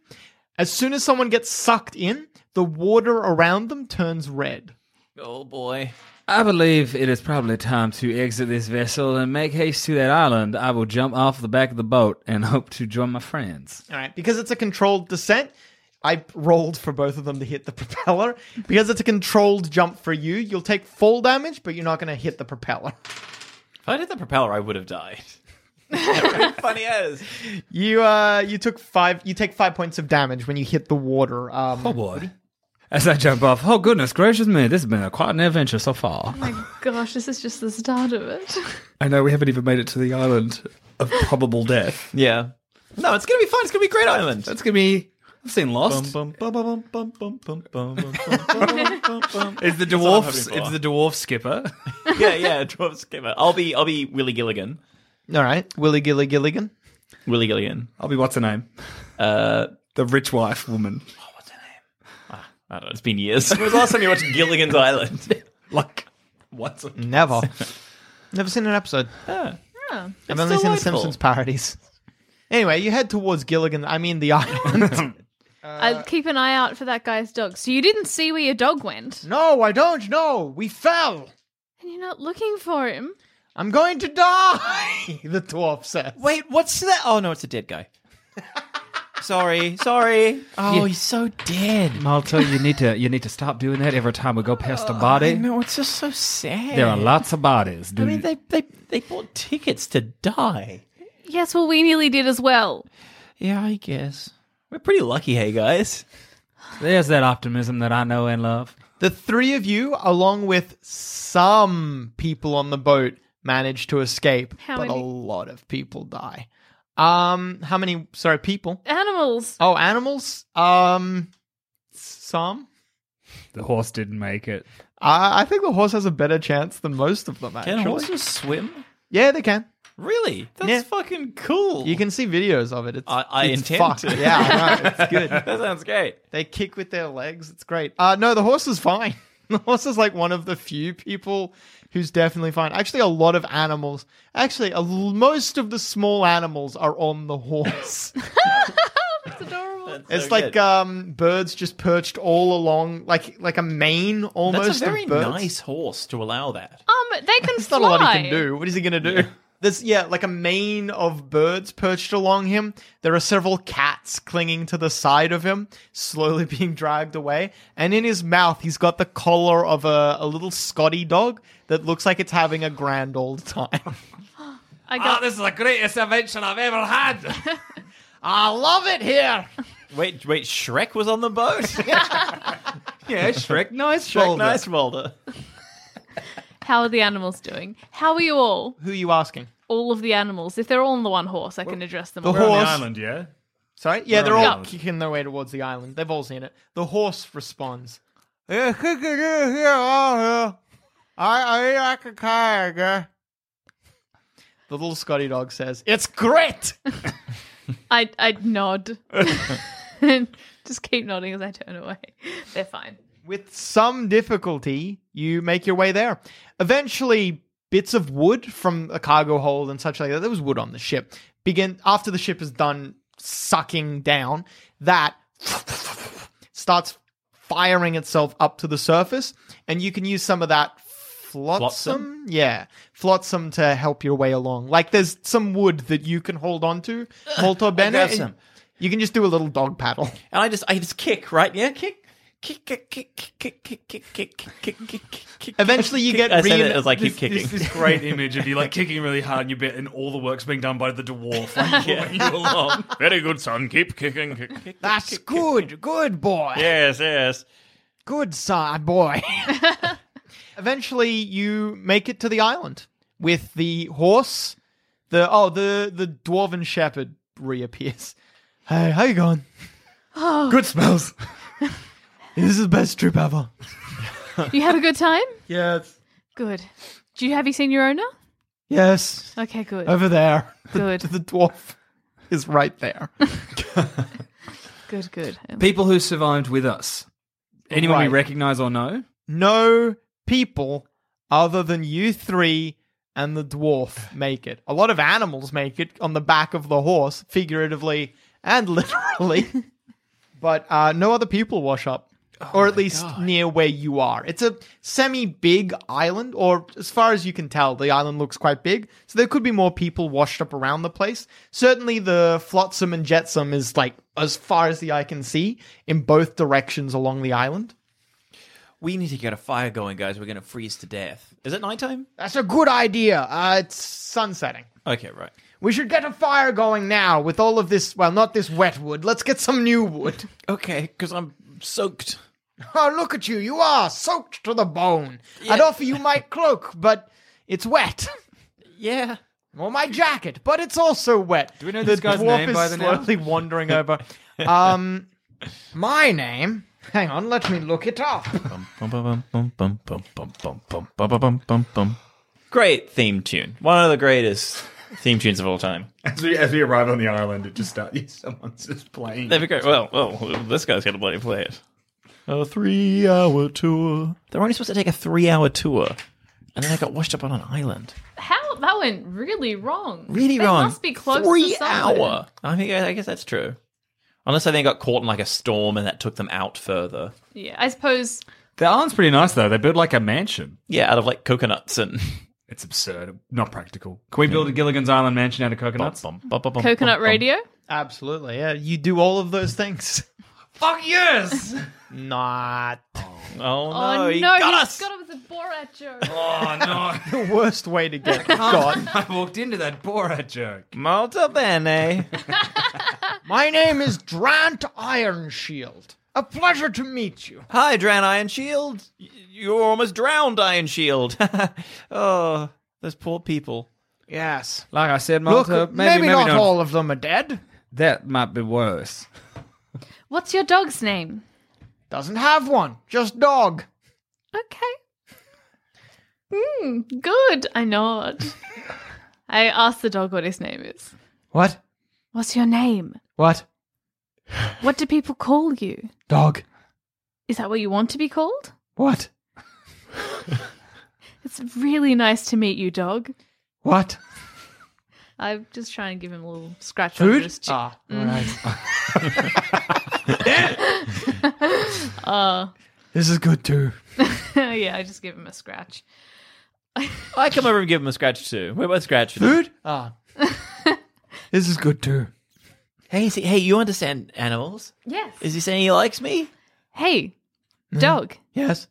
Speaker 5: As soon as someone gets sucked in, the water around them turns red.
Speaker 6: Oh, boy.
Speaker 2: I believe it is probably time to exit this vessel and make haste to that island. I will jump off the back of the boat and hope to join my friends.
Speaker 5: All right, because it's a controlled descent. I rolled for both of them to hit the propeller. Because it's a controlled jump for you, you'll take full damage, but you're not going to hit the propeller.
Speaker 6: If I did the propeller, I would have died. Funny as.
Speaker 5: You uh, you took five. You take five points of damage when you hit the water. Um,
Speaker 2: Oh, boy. As I jump off, oh goodness gracious me, this has been a quite an adventure so far.
Speaker 4: Oh my gosh, this is just the start of
Speaker 5: Uh,
Speaker 4: it.
Speaker 2: I know we haven't even made it to the island of probable death.
Speaker 3: Yeah. No, it's gonna be fun. It's gonna be great island.
Speaker 2: That's gonna be. I've seen Lost. It's the dwarfs.
Speaker 6: hoping for.
Speaker 2: It's the dwarf skipper.
Speaker 3: yeah, yeah. Dwarf skipper. I'll be I'll be Willy Gilligan.
Speaker 5: All right, Willy Gilly Gilligan.
Speaker 3: Willy Gilligan.
Speaker 2: I'll be what's her name?
Speaker 3: Uh,
Speaker 2: The rich wife woman.
Speaker 3: I don't know. It's been years. when was the last time you watched Gilligan's Island?
Speaker 2: Like what's her
Speaker 5: Never, never seen an episode.
Speaker 4: Oh,
Speaker 5: I've only seen the
Speaker 3: delightful.
Speaker 5: Simpsons parodies. Anyway, you head towards Gilligan. I mean the island.
Speaker 4: I keep an eye out for that guy's dog. So you didn't see where your dog went,
Speaker 5: no, I don't. No, we fell.
Speaker 4: and you're not looking for him.
Speaker 5: I'm going to die. The dwarf says.
Speaker 6: Wait, what's that? Oh no, it's a dead guy. sorry, sorry.
Speaker 3: oh, he's so dead.
Speaker 2: Malta, you need to you need to stop doing that every time we go past a body.
Speaker 3: No, it's just so sad.
Speaker 2: There are lots of bodies,
Speaker 3: I
Speaker 2: dude.
Speaker 3: mean, they they they bought tickets to die.
Speaker 4: Yes, well, we nearly did as well.
Speaker 3: Yeah, I guess we're pretty lucky. Hey guys.
Speaker 2: There's that optimism that I know and love.
Speaker 5: The three of you, along with some people on the boat, manage to escape,
Speaker 4: How
Speaker 5: but a
Speaker 4: many?
Speaker 5: lot of people die. Um, how many? Sorry, people.
Speaker 4: Animals.
Speaker 5: Oh, animals. Um, some.
Speaker 2: The horse didn't make it.
Speaker 5: I I think the horse has a better chance than most of them. Actually,
Speaker 3: Can horses swim?
Speaker 5: yeah, they can.
Speaker 3: Really? That's
Speaker 5: Yeah.
Speaker 3: fucking cool.
Speaker 5: You can see videos of it. It's,
Speaker 3: I- I
Speaker 5: it's
Speaker 3: intend
Speaker 5: fucked.
Speaker 3: to.
Speaker 5: Yeah, I know. it's good.
Speaker 3: That sounds great.
Speaker 5: They kick with their legs. It's great. Uh, no, the horse is fine. The horse is like one of the few people who's definitely fine. Actually, a lot of animals. Actually, a l- most of the small animals are on the horse.
Speaker 4: That's adorable.
Speaker 5: it's
Speaker 3: So
Speaker 5: like
Speaker 2: uh,
Speaker 3: good.
Speaker 5: um, birds just perched all along, like like a mane almost.
Speaker 3: That's a
Speaker 5: of
Speaker 3: very
Speaker 5: birds.
Speaker 3: nice horse to allow that.
Speaker 4: Um, they can
Speaker 5: There's
Speaker 4: fly.
Speaker 5: not a lot he can do. What is he gonna do? There's yeah, like a mane of birds perched along him. There are several cats clinging to the side of him, slowly being dragged away. And in his mouth, he's got the collar of a, a little Scotty dog that looks like it's having a grand old time.
Speaker 4: I got
Speaker 2: is the greatest invention I've ever had.
Speaker 5: I love it here.
Speaker 3: Wait, wait, Shrek was on the boat?
Speaker 2: yeah, Shrek, nice
Speaker 3: Shrek
Speaker 2: shoulder.
Speaker 3: Nice Mulder.
Speaker 4: How are the animals doing? How are you all?
Speaker 5: Who are you asking?
Speaker 4: All of the animals. If they're all on the one horse, I can address them.
Speaker 5: The
Speaker 4: all.
Speaker 2: We're on
Speaker 5: horse.
Speaker 2: the island, yeah.
Speaker 5: Sorry, yeah, they're
Speaker 2: on the
Speaker 5: all
Speaker 2: island.
Speaker 5: kicking their way towards the island. They've all seen it. The horse responds. The little Scotty dog says, "It's great."
Speaker 4: I I nod. Just keep nodding as I turn away. They're fine.
Speaker 5: With some difficulty, you make your way there. Eventually, bits of wood from a cargo hold and such like that, there was wood on the ship, begin after the ship is done sucking down, that starts firing itself up to the surface, and you can use some of that flotsam. Yeah, flotsam to help your way along. Like there's some wood that you can hold on to, Molto Bene.
Speaker 3: grab
Speaker 5: and
Speaker 3: some.
Speaker 5: You can just do a little dog paddle.
Speaker 3: And I just, I just kick, right? Yeah, kick. Kick, kick, kick, kick, kick, kick, kick, kick, kick, kick, kick, kick.
Speaker 5: Eventually, you get
Speaker 3: I said
Speaker 5: rein-
Speaker 3: it as I keep
Speaker 5: this-
Speaker 3: kicking.
Speaker 2: This great image of you like kicking really hard and you bit, and all the work's being done by the dwarf. Like, pulling you along. Very good, son. Keep kicking. Kick, kick.
Speaker 5: That's good, good boy.
Speaker 6: Yes, yes.
Speaker 5: Good son, boy. Eventually, you make it to the island with the horse. The oh, the the dwarven shepherd reappears. Hey, how you going?
Speaker 4: Oh,
Speaker 2: Good smells.
Speaker 5: This is the best trip ever.
Speaker 4: you had a good time.
Speaker 5: Yes,
Speaker 4: Good. Do you have you seen your owner?
Speaker 5: yes,
Speaker 4: Okay, good.
Speaker 5: over there.
Speaker 4: Good.
Speaker 5: The dwarf is right there.
Speaker 4: Good. Good.
Speaker 2: People who survived with us. Anyone
Speaker 5: Right.
Speaker 2: we recognize or know?
Speaker 5: no people other than you three and the dwarf make it. A lot of animals make it on the back of the horse, figuratively and literally. but uh, no other people wash up, or at least near where you are. It's a semi big island, or as far as you can tell, the island looks quite big. So there could be more people washed up around the place. Certainly, the flotsam and jetsam is like as far as the eye can see in both directions along the island.
Speaker 3: We need to get a fire going, guys. We're going to freeze to death. Is it nighttime?
Speaker 5: That's a good idea. Uh, it's sunsetting.
Speaker 3: Okay, right.
Speaker 5: We should get a fire going now with all of this. Well, not this wet wood. Let's get some new wood.
Speaker 3: Okay, because I'm soaked.
Speaker 5: Oh, look at you. You are soaked to the bone. I'd offer you my cloak, but it's wet.
Speaker 8: Yeah.
Speaker 5: Or my jacket, but it's also wet. Do
Speaker 2: we know this guy's name by the now?
Speaker 5: slowly wandering over. Um, my name. Hang on, let me look it up.
Speaker 3: Great theme tune. One of the greatest theme tunes of all time.
Speaker 9: As we, as we arrive on the island, it just starts. Someone's just playing.
Speaker 3: There we go. Well, well, this guy's gonna bloody play it. A three-hour tour. They're only supposed to take a three-hour tour, and then I got washed up on an island.
Speaker 4: How that went really wrong.
Speaker 3: Really
Speaker 4: They
Speaker 3: wrong.
Speaker 4: Must be close.
Speaker 3: Three
Speaker 4: to something.
Speaker 3: hour. I think. I guess that's true. Unless I think I got caught in like a storm and that took them out further.
Speaker 4: Yeah, I suppose.
Speaker 2: The island's pretty nice though. They built like a mansion.
Speaker 3: Yeah, out of like coconuts and
Speaker 2: It's absurd. Not practical. Can we build a Gilligan's Island mansion out of coconuts?
Speaker 3: Bum, bum, bum, bum,
Speaker 4: Coconut
Speaker 3: bum,
Speaker 4: radio.
Speaker 5: Absolutely, yeah. You do all of those things.
Speaker 2: Fuck yes!
Speaker 5: Not
Speaker 3: bum. Oh
Speaker 4: Oh
Speaker 3: no,
Speaker 4: no,
Speaker 3: he got
Speaker 4: he's
Speaker 3: us.
Speaker 4: got it with the Borat joke.
Speaker 2: oh no.
Speaker 5: the worst way to get God.
Speaker 2: I walked into that Borat joke.
Speaker 3: Malta eh? bene.
Speaker 5: My name is Drant Ironshield. A pleasure to meet you.
Speaker 3: Hi, Dran Iron Shield. Y- You almost drowned, Iron Shield. oh, those poor people.
Speaker 5: Yes.
Speaker 2: Like I said,
Speaker 5: Look,
Speaker 2: Malta,
Speaker 5: maybe, not all of them are dead.
Speaker 2: That might be worse.
Speaker 4: What's your dog's name?
Speaker 5: Doesn't have one, just dog.
Speaker 4: Okay. Mm, good. I nod. I asked the dog what his name is.
Speaker 5: What?
Speaker 4: What's your name?
Speaker 5: What?
Speaker 4: What do people call you?
Speaker 5: Dog.
Speaker 4: Is that what you want to be called?
Speaker 5: What?
Speaker 4: It's really nice to meet you, dog.
Speaker 5: What?
Speaker 4: I'm just trying to give him a little scratch under
Speaker 5: Food?
Speaker 4: his chin.
Speaker 5: Ah, right. Ah.
Speaker 4: Uh,
Speaker 5: this is good too.
Speaker 4: Oh. yeah, I just give him a scratch.
Speaker 3: I come over and give him a scratch too. We're both scratching. him.
Speaker 5: Food? Ah. this is good too.
Speaker 3: Hey, see, hey, you understand animals?
Speaker 4: Yes.
Speaker 3: Is he saying he likes me?
Speaker 4: hey,
Speaker 5: Hmm?
Speaker 4: dog,
Speaker 5: Yes.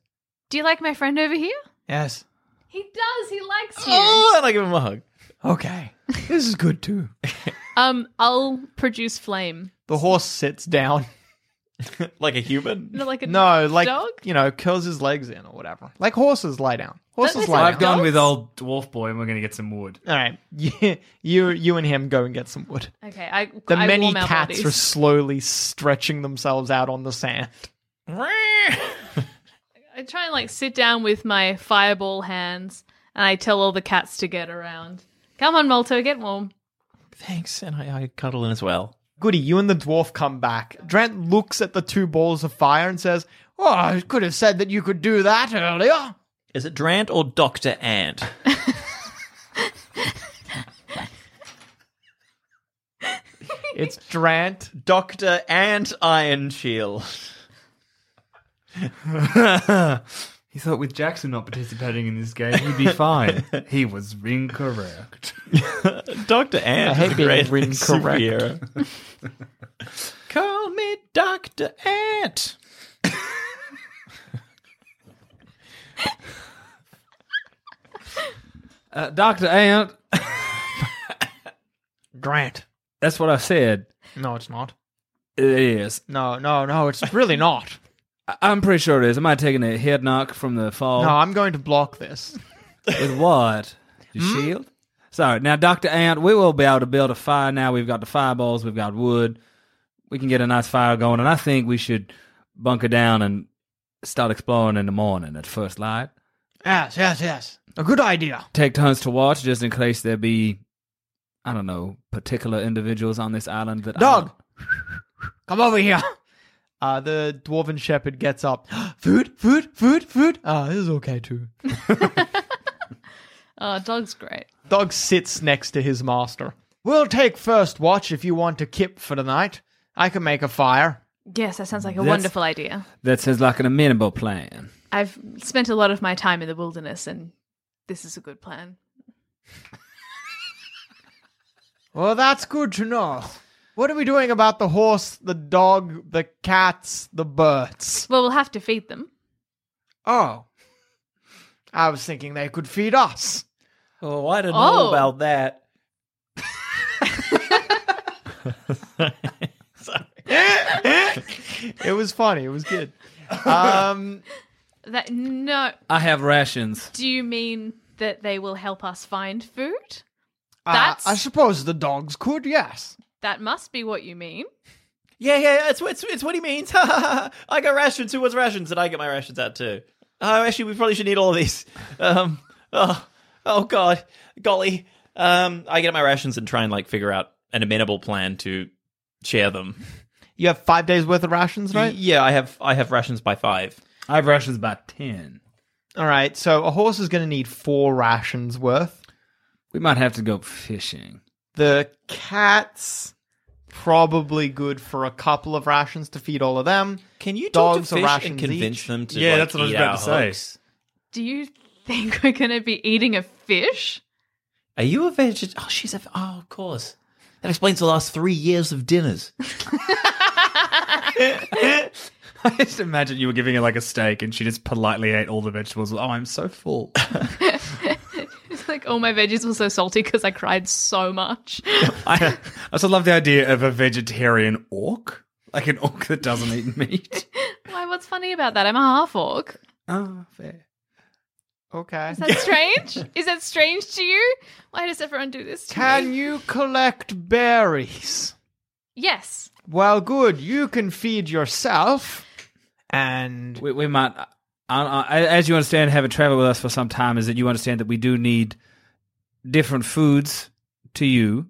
Speaker 4: do you like my friend over here?
Speaker 5: Yes.
Speaker 4: He does. He likes you.
Speaker 3: Oh, and I give him a hug.
Speaker 5: Okay. this is good too.
Speaker 4: Um, I'll produce flame.
Speaker 5: The horse sits down.
Speaker 3: Like a human.
Speaker 4: No, like a
Speaker 5: No, like
Speaker 4: dog.
Speaker 5: you know, curls his legs in or whatever. Like horses lie down.
Speaker 4: Don't
Speaker 5: Horses
Speaker 4: they
Speaker 5: lie
Speaker 2: I've
Speaker 5: down.
Speaker 2: gone with old dwarf boy and we're going to get some wood.
Speaker 5: All right, you, you, you and him go and get some wood.
Speaker 4: Okay, I.
Speaker 5: The
Speaker 4: I
Speaker 5: many
Speaker 4: warm our
Speaker 5: cats
Speaker 4: bodies.
Speaker 5: are slowly stretching themselves out on the sand.
Speaker 4: I try and like sit down with my fireball hands, and I tell all the cats to get around. Come on, Molto, get warm.
Speaker 3: Thanks, and I, I cuddle in as well.
Speaker 5: Goody, you and the dwarf come back. Drant looks at the two balls of fire and says, "Oh, I could have said that you could do that earlier."
Speaker 3: Is it Drant or Doctor Ant?
Speaker 5: It's Drant.
Speaker 3: Doctor Ant Iron Shield.
Speaker 2: He thought with Jackson not participating in this game, he'd be fine. he was incorrect.
Speaker 3: Doctor Ant.
Speaker 5: I hate
Speaker 3: is a
Speaker 5: being
Speaker 3: great
Speaker 5: ring correct.
Speaker 3: superhero. Call me Doctor Ant.
Speaker 2: Uh, Dr. Ant.
Speaker 5: Grant.
Speaker 2: That's what I said.
Speaker 5: No, it's not.
Speaker 2: It is.
Speaker 5: No, no, no, it's really not.
Speaker 2: I- I'm pretty sure it is. Am I taking a head knock from the fall?
Speaker 5: No, I'm going to block this.
Speaker 2: With what? Your
Speaker 5: Hmm?
Speaker 2: shield? Sorry. Now, Dr. Ant, we will be able to build a fire now. We've got the fireballs, we've got wood. We can get a nice fire going, and I think we should bunker down and start exploring in the morning at first light.
Speaker 5: Yes, yes, yes. A good idea.
Speaker 2: Take turns to watch just in case there be, I don't know, particular individuals on this island that.
Speaker 5: Dog, come over here. Uh, the dwarven shepherd gets up. food, food, food, food. Ah, this is okay too.
Speaker 4: Oh, dog's great.
Speaker 5: Dog sits next to his master. We'll take first watch if you want to kip for the night. I can make a fire.
Speaker 4: Yes, that sounds like a
Speaker 2: That's-
Speaker 4: wonderful idea.
Speaker 2: That sounds like an amenable plan.
Speaker 4: I've spent a lot of my time in the wilderness, and this is a good plan.
Speaker 5: Well, that's good to know. What are we doing about the horse, the dog, the cats, the birds?
Speaker 4: Well, we'll have to feed them.
Speaker 5: Oh. I was thinking they could feed us.
Speaker 3: Oh, I don't
Speaker 4: know Oh. about
Speaker 3: about that.
Speaker 5: It was funny. It was good. Um,
Speaker 4: That no.
Speaker 2: I have rations.
Speaker 4: Do you mean that they will help us find food?
Speaker 5: uh,
Speaker 4: That's-
Speaker 5: I suppose the dogs could, yes.
Speaker 4: That must be what you mean.
Speaker 3: Yeah, yeah, yeah, it's, it's, it's what he means. I got rations. Who wants rations? And I get my rations out too. Oh, actually, we probably should need all of these. Um, oh, oh God, golly. Um, I get my rations and try and like figure out an amenable plan to share them.
Speaker 5: You have five days worth of rations, right?
Speaker 3: Yeah, I have I have rations by five.
Speaker 2: I have rations by ten.
Speaker 5: All right, so a horse is going to need four rations worth.
Speaker 2: We might have to go fishing.
Speaker 5: The cat's probably good for a couple of rations to feed all of them.
Speaker 3: Can you
Speaker 5: talk
Speaker 3: talk to
Speaker 5: to Dogs are
Speaker 3: fish
Speaker 5: rations
Speaker 3: and convince
Speaker 5: each.
Speaker 3: them to?
Speaker 10: Yeah,
Speaker 3: like,
Speaker 10: that's what I was
Speaker 3: eat
Speaker 10: about
Speaker 3: our
Speaker 10: to say.
Speaker 3: hooks?
Speaker 4: Do you think we're going to be eating a fish?
Speaker 3: Are you a vegetarian? Oh, she's a. Oh, of course. That explains the last three years of dinners.
Speaker 2: I just imagine you were giving her like a steak, and she just politely ate all the vegetables. Oh, I'm so full.
Speaker 4: It's like all my veggies were so salty because I cried so much.
Speaker 2: I also love the idea of a vegetarian orc, like an orc that doesn't eat meat.
Speaker 4: Why? What's funny about that? I'm a half orc.
Speaker 2: Oh, fair.
Speaker 5: Okay.
Speaker 4: Is that strange? Is that strange to you? Why does everyone do this? To
Speaker 5: Can
Speaker 4: me?
Speaker 5: you collect berries?
Speaker 4: Yes.
Speaker 5: Well, good. You can feed yourself. And
Speaker 2: We, we might, uh, uh, as you understand, having traveled with us for some time, is that you understand that we do need different foods to you,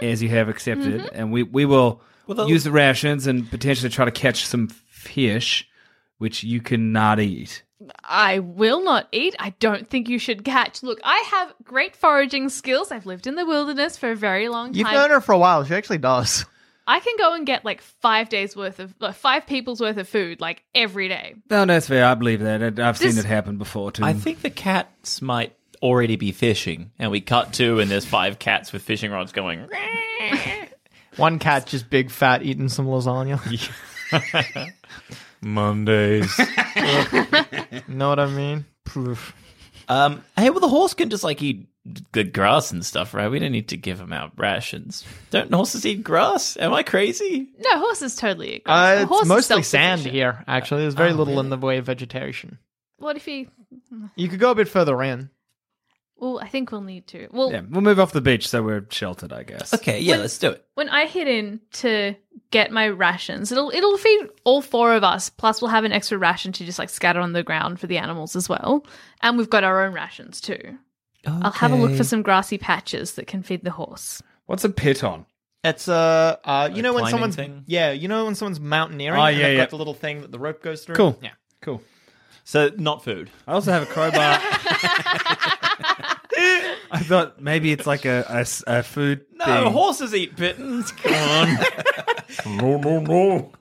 Speaker 2: as you have accepted, and we we will use the rations and potentially try to catch some fish, which you cannot eat.
Speaker 4: I will not eat. I don't think you should catch. Look, I have great foraging skills. I've lived in the wilderness for a very long
Speaker 5: you've
Speaker 4: time.
Speaker 5: known her for a while. She actually does.
Speaker 4: I can go and get like five days worth of like, five people's worth of food like every day.
Speaker 2: No, that's fair. I believe that. I- I've seen
Speaker 4: This-
Speaker 2: it happen before too. Mm.
Speaker 3: I think the cats might already be fishing, and we cut to, and there's five cats with fishing rods going.
Speaker 5: One cat just big fat eating some lasagna.
Speaker 10: Mondays.
Speaker 5: know what I mean? Proof.
Speaker 3: Um, hey, well, the horse can just like eat the grass and stuff, right? We don't need to give him our rations. Don't horses eat grass? Am I crazy?
Speaker 4: No, horses totally. agree.
Speaker 5: Uh,
Speaker 4: A horse
Speaker 5: it's
Speaker 4: is
Speaker 5: mostly sand
Speaker 4: self-sufficient.
Speaker 5: here, actually. There's
Speaker 2: Oh,
Speaker 5: very little in the way of vegetation.
Speaker 4: What if he?
Speaker 5: You could go a bit further in.
Speaker 4: Well, I think we'll need to. Well,
Speaker 2: yeah, we'll move off the beach so we're sheltered, I guess.
Speaker 3: Okay, yeah, let's do it.
Speaker 4: when I head in to get my rations, it'll it'll feed all four of us. Plus, we'll have an extra ration to just like scatter on the ground for the animals as well, and we've got our own rations too. I'll have a look for some grassy patches that can feed the horse.
Speaker 2: What's a piton?
Speaker 5: It's uh, uh you
Speaker 3: Like
Speaker 5: know when
Speaker 3: climbing
Speaker 5: someone's
Speaker 3: thing?
Speaker 5: yeah, you know when someone's mountaineering.
Speaker 2: Oh,
Speaker 5: and
Speaker 2: yeah,
Speaker 5: they've
Speaker 2: yeah.
Speaker 5: Got the little thing that the rope goes through.
Speaker 2: Cool.
Speaker 5: Yeah.
Speaker 2: Cool.
Speaker 3: So, not food.
Speaker 2: I also have a crowbar. I thought maybe it's like a, a s- a food
Speaker 3: No,
Speaker 2: thing.
Speaker 3: horses eat kittens. Come on.
Speaker 10: no, no, no.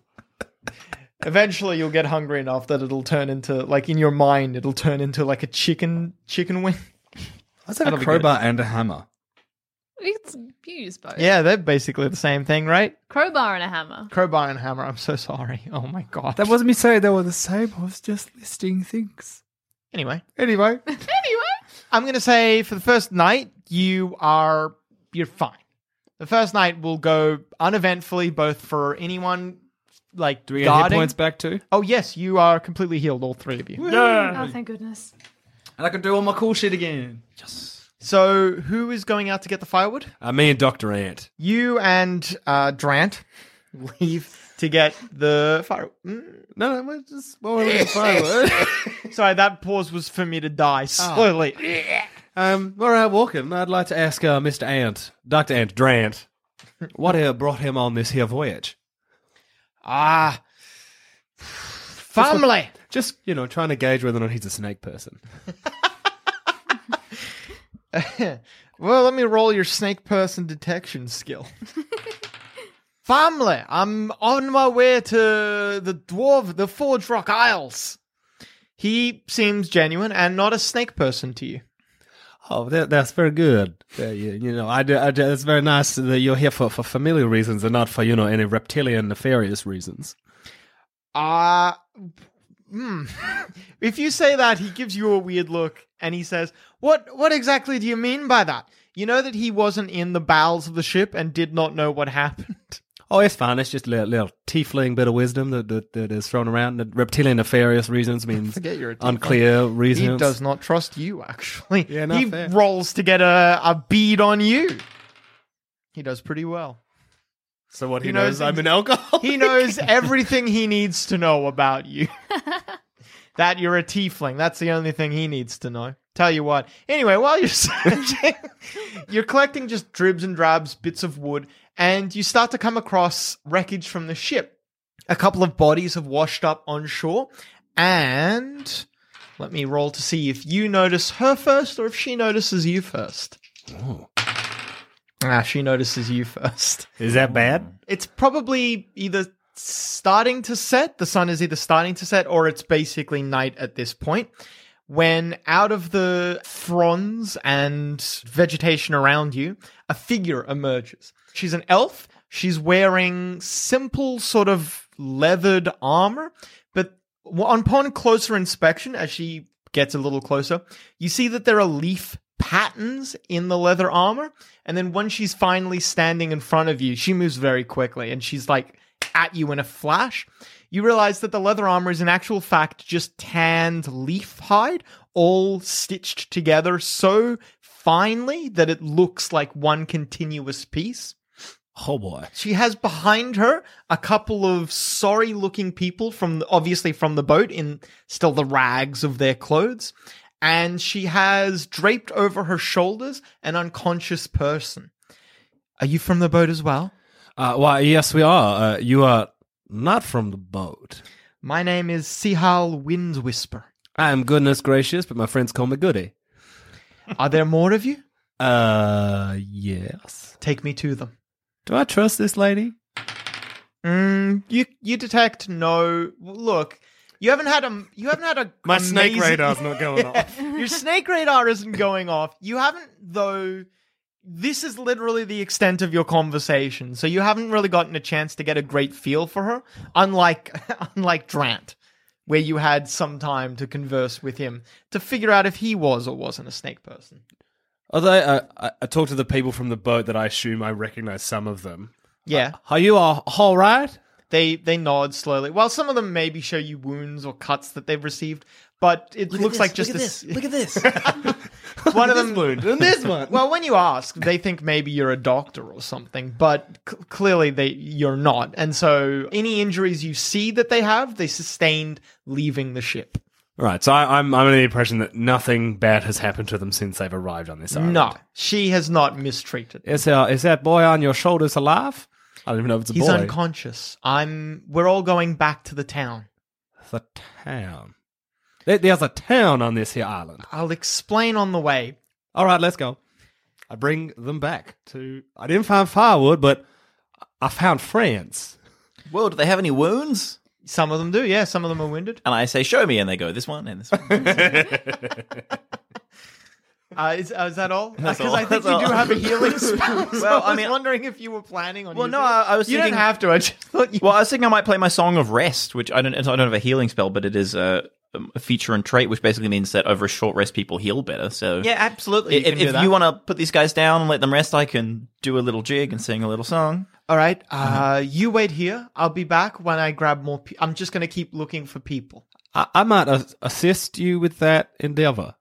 Speaker 5: Eventually, you'll get hungry enough that it'll turn into like in your mind, it'll turn into like a chicken chicken wing.
Speaker 2: I also have
Speaker 5: That'll
Speaker 2: a
Speaker 5: be
Speaker 2: crowbar and a hammer.
Speaker 4: We can use both.
Speaker 5: Yeah, they're basically the same thing, right?
Speaker 4: crowbar and a hammer.
Speaker 5: Crowbar and hammer. I'm so sorry. Oh my god.
Speaker 2: That wasn't me saying they were the same. I was just listing things.
Speaker 5: anyway.
Speaker 2: Anyway,
Speaker 4: Anyway,
Speaker 5: I'm gonna say for the first night, you are you're fine. The first night will go uneventfully, both for anyone like
Speaker 2: do we get hit
Speaker 5: guarding.
Speaker 2: points back too?
Speaker 5: Oh yes, you are completely healed, all three of you.
Speaker 4: oh thank goodness.
Speaker 2: And I can do all my cool shit again.
Speaker 5: So who is going out to get the firewood?
Speaker 10: Uh, me and Dr. Ant.
Speaker 5: You and uh, Drant leave to get the firewood. Mm.
Speaker 10: No, no, we're just well, we're looking for firewood.
Speaker 5: Sorry, that pause was for me to die slowly.
Speaker 10: um, all right, Walken, I'd like to ask uh, Mr. Ant, Dr. Ant Drant, what uh, brought him on this here voyage?
Speaker 5: Ah, family.
Speaker 10: Just, you know, trying to gauge whether or not he's a snake person.
Speaker 5: Well, let me roll your snake person detection skill. Family, I'm on my way to the dwarf, the Forge Rock Isles. He seems genuine and not a snake person to you.
Speaker 10: Oh, that, that's very good. Uh, you, you know, I, do- I, do- it's very nice that you're here for, for familial reasons and not for, you know, any reptilian nefarious reasons.
Speaker 5: Uh, hmm. if you say that, he gives you a weird look and he says, "What? What exactly do you mean by that? You know that he wasn't in the bowels of the ship and did not know what happened."
Speaker 10: oh, it's fine. It's just a little, little tiefling bit of wisdom that, that, that is thrown around. The reptilian nefarious reasons means
Speaker 5: Forget you're a tiefling.
Speaker 10: unclear
Speaker 5: He
Speaker 10: reasons.
Speaker 5: does not trust you, actually.
Speaker 10: Yeah, not
Speaker 5: he
Speaker 10: fair.
Speaker 5: rolls to get a, a bead on you. He does pretty well.
Speaker 10: So what
Speaker 5: he he knows knows I'm an
Speaker 10: alcohol.
Speaker 5: He knows everything he needs to know about you. that you're a tiefling. That's the only thing he needs to know. Tell you what. Anyway, while you're searching, you're collecting just dribs and drabs, bits of wood, and you start to come across wreckage from the ship. A couple of bodies have washed up on shore, and let me roll to see if you notice her first or if she notices you first. Ah, she notices you first
Speaker 10: Is that bad?
Speaker 5: it's probably either starting to set the sun is either starting to set or it's basically night at this point when out of the fronds and vegetation around you a figure emerges she's an elf she's wearing simple sort of leathered armor but upon closer inspection as she gets a little closer you see that there are leaf patterns in the leather armor. And then when she's finally standing in front of you, she moves very quickly and she's like at you in a flash. You realize that the leather armor is in actual fact just tanned leaf hide, all stitched together so finely that it looks like one continuous piece.
Speaker 2: Oh boy.
Speaker 5: She has behind her a couple of sorry looking people from obviously from the boat in still the rags of their clothes. And she has draped over her shoulders an unconscious person. Are you from the boat as well?
Speaker 10: Uh, well, yes, we are. Uh, you are not from the boat.
Speaker 5: My name is Sihal Wind Whisper.
Speaker 10: I am goodness gracious, but my friends call me Goody.
Speaker 5: Are there more of you?
Speaker 10: Uh, yes.
Speaker 5: Take me to them.
Speaker 10: Do I trust this lady?
Speaker 5: Mm, you you detect no look. You haven't had a you haven't had a amazing-
Speaker 10: not going off.
Speaker 5: Your snake radar isn't going off. You haven't, though. This is literally the extent of your conversation, so you haven't really gotten a chance to get a great feel for her. Unlike, unlike Drant, where you had some time to converse with him to figure out if he was or wasn't a snake person.
Speaker 10: Although I, I, I talked to the people from the boat that I assume I recognize some of them.
Speaker 5: Yeah,
Speaker 10: Are you all, all right?
Speaker 5: they they nod slowly. While some of them maybe show you wounds or cuts that they've received, but it looks like just this. Look at this. One of them wound.
Speaker 10: this one.
Speaker 5: Well, when you ask, they think maybe you're a doctor or something, but c- clearly they you're not. And so any injuries you see that they have, they sustained leaving the ship.
Speaker 10: Right, so I, I'm, I'm under the impression that nothing bad has happened to them since they've arrived on this island.
Speaker 5: No, she has not mistreated.
Speaker 10: Is, uh, is that boy on your shoulders alive? I don't even know if it's a
Speaker 5: He's
Speaker 10: boy.
Speaker 5: unconscious. I'm. We're all going back to the town.
Speaker 10: the town. There- There's a town on this here island.
Speaker 5: I'll explain on the way.
Speaker 10: All right, let's go. I bring them back to. I didn't find firewood, but I found friends.
Speaker 3: Well, do they have any wounds?
Speaker 5: Some of them do. Yeah, some of them are wounded.
Speaker 3: And I say, show me, and they go this one and this one.
Speaker 5: Uh, is, uh, is that all? Because
Speaker 3: all.
Speaker 5: I think
Speaker 3: That's
Speaker 5: you
Speaker 3: all.
Speaker 5: do have a healing spell. so
Speaker 3: Well, I
Speaker 5: I, was
Speaker 3: mean-
Speaker 5: wondering if you were planning on.
Speaker 3: well, no, uh, I,
Speaker 5: using it.
Speaker 3: I was
Speaker 5: you
Speaker 3: thinking.
Speaker 5: don't have to. I just thought you.
Speaker 3: well, I was thinking I might play my Song of Rest, which I don't. I don't have a healing spell, but it is a, um, a feature and trait, which basically means that over a short rest, people heal better. So
Speaker 5: yeah, absolutely.
Speaker 3: if, if you want to put these guys down and let them rest, I can do a little jig and sing a little song.
Speaker 5: All right. Uh, you wait here. I'll be back when I grab more. Pe- I'm just going to keep looking for people.
Speaker 10: I, I might as- assist you with that endeavor.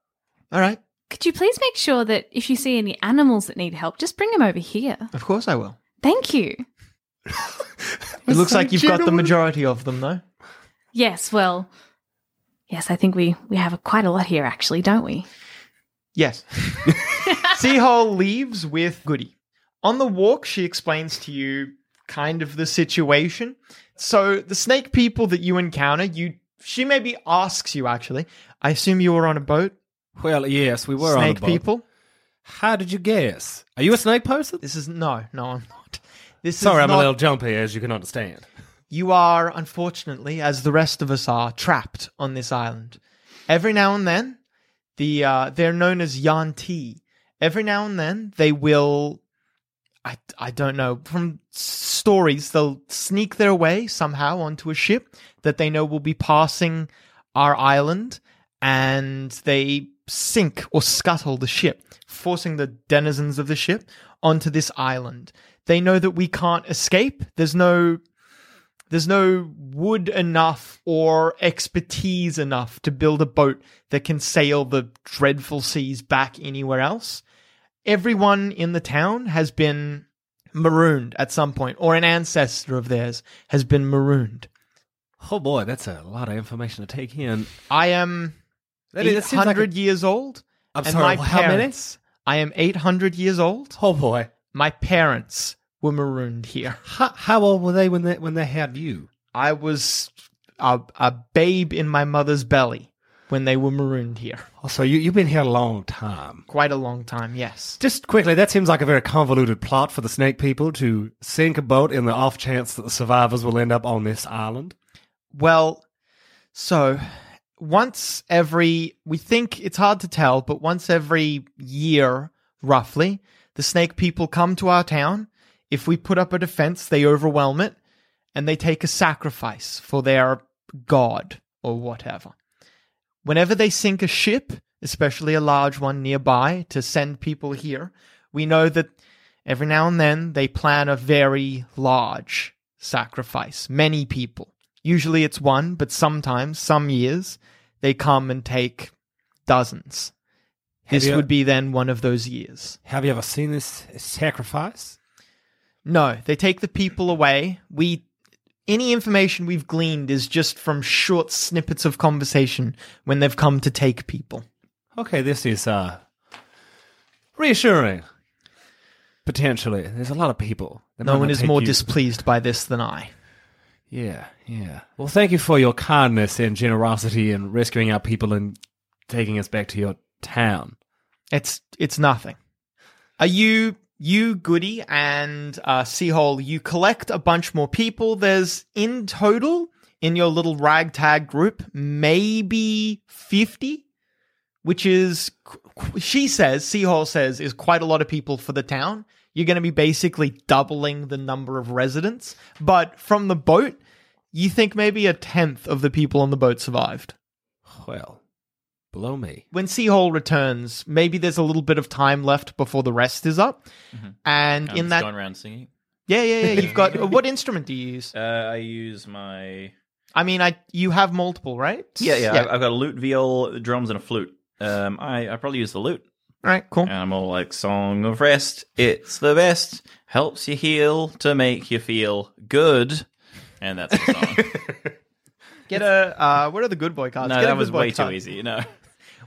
Speaker 5: All right.
Speaker 4: Could you please make sure that if you see any animals that need help, just bring them over here?
Speaker 5: Of course I will.
Speaker 4: Thank you.
Speaker 5: It looks like you've got the majority of them, though.
Speaker 4: Yes, well, yes, I think we we have a, quite a lot here, actually, don't we?
Speaker 5: Yes. Seahole leaves with Goody. On the walk, she explains to you kind of the situation. So the snake people that you encounter, you she maybe asks you actually. I assume you were on a boat.
Speaker 10: Well, yes, we were on
Speaker 5: snake
Speaker 10: the boat.
Speaker 5: people.
Speaker 10: How did you guess? Are you a snake person?
Speaker 5: This is no, no, I'm not. This
Speaker 10: Sorry,
Speaker 5: is
Speaker 10: I'm
Speaker 5: not-
Speaker 10: a little jumpy, as you can understand.
Speaker 5: You are, unfortunately, as the rest of us are, trapped on this island. Every now and then, the uh, they're known as Yanti. Every now and then, they will. I, I don't know. From stories, they'll sneak their way somehow onto a ship that they know will be passing our island, and they sink or scuttle the ship, forcing the denizens of the ship onto this island. They know that we can't escape. There's no there's no wood enough or expertise enough to build a boat that can sail the dreadful seas back anywhere else. Everyone in the town has been marooned at some point, or an ancestor of theirs has been marooned.
Speaker 10: Oh boy, that's a lot of information to take in.
Speaker 5: I am
Speaker 10: That is- that seems like a-
Speaker 5: 800 years old.
Speaker 10: I'm
Speaker 5: and
Speaker 10: sorry,
Speaker 5: my
Speaker 10: how many?
Speaker 5: parents, I am 800 years old.
Speaker 10: Oh boy,
Speaker 5: My parents were marooned here.
Speaker 10: how, how old were they when they when they had you?
Speaker 5: I was a, a babe in my mother's belly when they were marooned here.
Speaker 10: Oh, so you you've been here a long time.
Speaker 5: Quite a long time, yes.
Speaker 10: Just quickly, that seems like a very convoluted plot for the Snake People to sink a boat in the off chance that the survivors will end up on this island.
Speaker 5: Well, so once every, we think it's hard to tell, but once every year, roughly, the snake people come to our town. If we put up a defense, they overwhelm it and they take a sacrifice for their god or whatever. Whenever they sink a ship, especially a large one nearby, to send people here, we know that every now and then they plan a very large sacrifice, many people. Usually it's one, but sometimes, some years, they come and take dozens. This
Speaker 10: Have you-
Speaker 5: would be then one of those years.
Speaker 10: Have you ever seen this sacrifice?
Speaker 5: No, they take the people away. We any information we've gleaned is just from short snippets of conversation when they've come to take people.
Speaker 10: Okay, this is uh reassuring. Potentially, there's a lot of people. They
Speaker 5: No
Speaker 10: might
Speaker 5: one
Speaker 10: not
Speaker 5: is
Speaker 10: take
Speaker 5: more
Speaker 10: you-
Speaker 5: displeased by this than I.
Speaker 10: Yeah, yeah. Well, thank you for your kindness and generosity in rescuing our people and taking us back to your town.
Speaker 5: It's it's nothing. Are you you Goody and uh, Seahole? You collect a bunch more people. There's in total in your little ragtag group maybe fifty, which is qu- qu- she says Seahole says is quite a lot of people for the town. You're going to be basically doubling the number of residents. But from the boat, you think maybe a tenth of the people on the boat survived
Speaker 10: Well, blow me.
Speaker 5: when Seahole returns, maybe there's a little bit of time left before the rest is up.
Speaker 3: Mm-hmm.
Speaker 5: And
Speaker 3: I'm
Speaker 5: in
Speaker 3: just
Speaker 5: that,
Speaker 3: going around singing.
Speaker 5: yeah, yeah, yeah, you've got what instrument do you use?
Speaker 3: Uh, I use my
Speaker 5: I mean, I you have multiple, right?
Speaker 3: yeah yeah. I've, I've got a lute, viol, drums, and a flute. Um, I I probably use the lute.
Speaker 5: right, cool.
Speaker 3: And I'm all like, "Song of rest, it's the best. Helps you heal to make you feel good." And that's the song.
Speaker 5: Get a uh, what are the good boy cards?
Speaker 3: no,
Speaker 5: Get a
Speaker 3: that
Speaker 5: good
Speaker 3: was
Speaker 5: boy
Speaker 3: way too
Speaker 5: card.
Speaker 3: easy. No.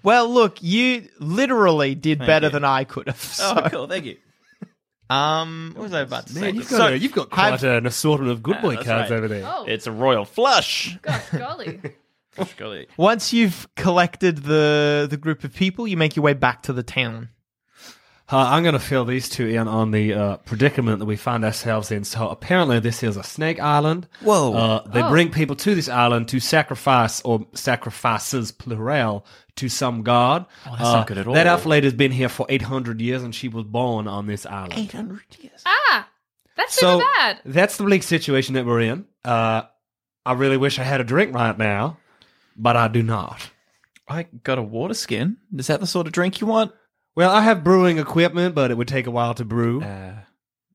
Speaker 5: Well, look, you literally did
Speaker 3: Thank
Speaker 5: better
Speaker 3: you.
Speaker 5: than I could have. So,
Speaker 3: Oh, cool. Thank you.
Speaker 5: um, what was I about to say?
Speaker 10: Man, you've got,
Speaker 5: So,
Speaker 10: a, you've got quite
Speaker 5: have-
Speaker 10: an assortment of good
Speaker 3: Ah,
Speaker 10: boy
Speaker 3: that's
Speaker 10: cards
Speaker 3: right.
Speaker 10: over there.
Speaker 4: Oh,
Speaker 3: It's a royal flush.
Speaker 4: gosh, golly.
Speaker 3: Golly.
Speaker 5: once you've collected the the group of people, you make your way back to the town.
Speaker 10: Uh, I'm going to fill these two in on the uh, predicament that we find ourselves in. So apparently, this is a snake island. Whoa! Uh, they
Speaker 4: Oh.
Speaker 10: bring people to this island to sacrifice or sacrifices plural to some god. Oh, that's not good at all. That alpha lady has been here for 800 years, and she was born on this island.
Speaker 4: ah, that's
Speaker 10: So
Speaker 4: super bad.
Speaker 10: that's the bleak situation that we're in. Uh, I really wish I had a drink right now, but I do not.
Speaker 3: I got a water skin. Is that the sort of drink you want?
Speaker 10: Well, I have brewing equipment, but it would take a while to brew.
Speaker 4: Well,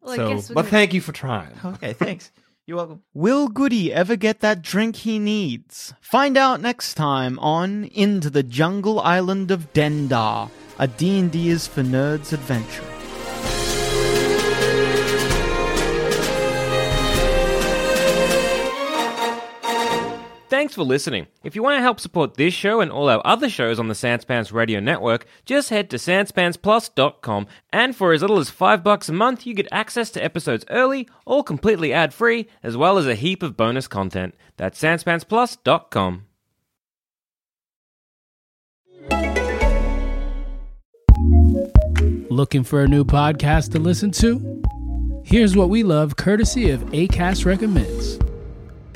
Speaker 4: I
Speaker 10: so,
Speaker 4: guess we're
Speaker 10: but
Speaker 4: gonna-
Speaker 10: thank you for trying.
Speaker 3: Okay, thanks. You're welcome.
Speaker 5: Will Goody ever get that drink he needs? Find out next time on Into the Jungle Island of Dendar, a D&D is for nerds adventure.
Speaker 11: Thanks for listening. If you want to help support this show and all our other shows on the Sanspants Radio Network, just head to sanspantsplus.com and for as little as 5 bucks a month, you get access to episodes early, all completely ad-free, as well as a heap of bonus content. That's sanspantsplus.com.
Speaker 12: Looking for a new podcast to listen to? Here's what we love courtesy of ACAST Recommends.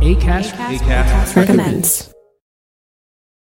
Speaker 13: Acast,
Speaker 14: Acast recommends.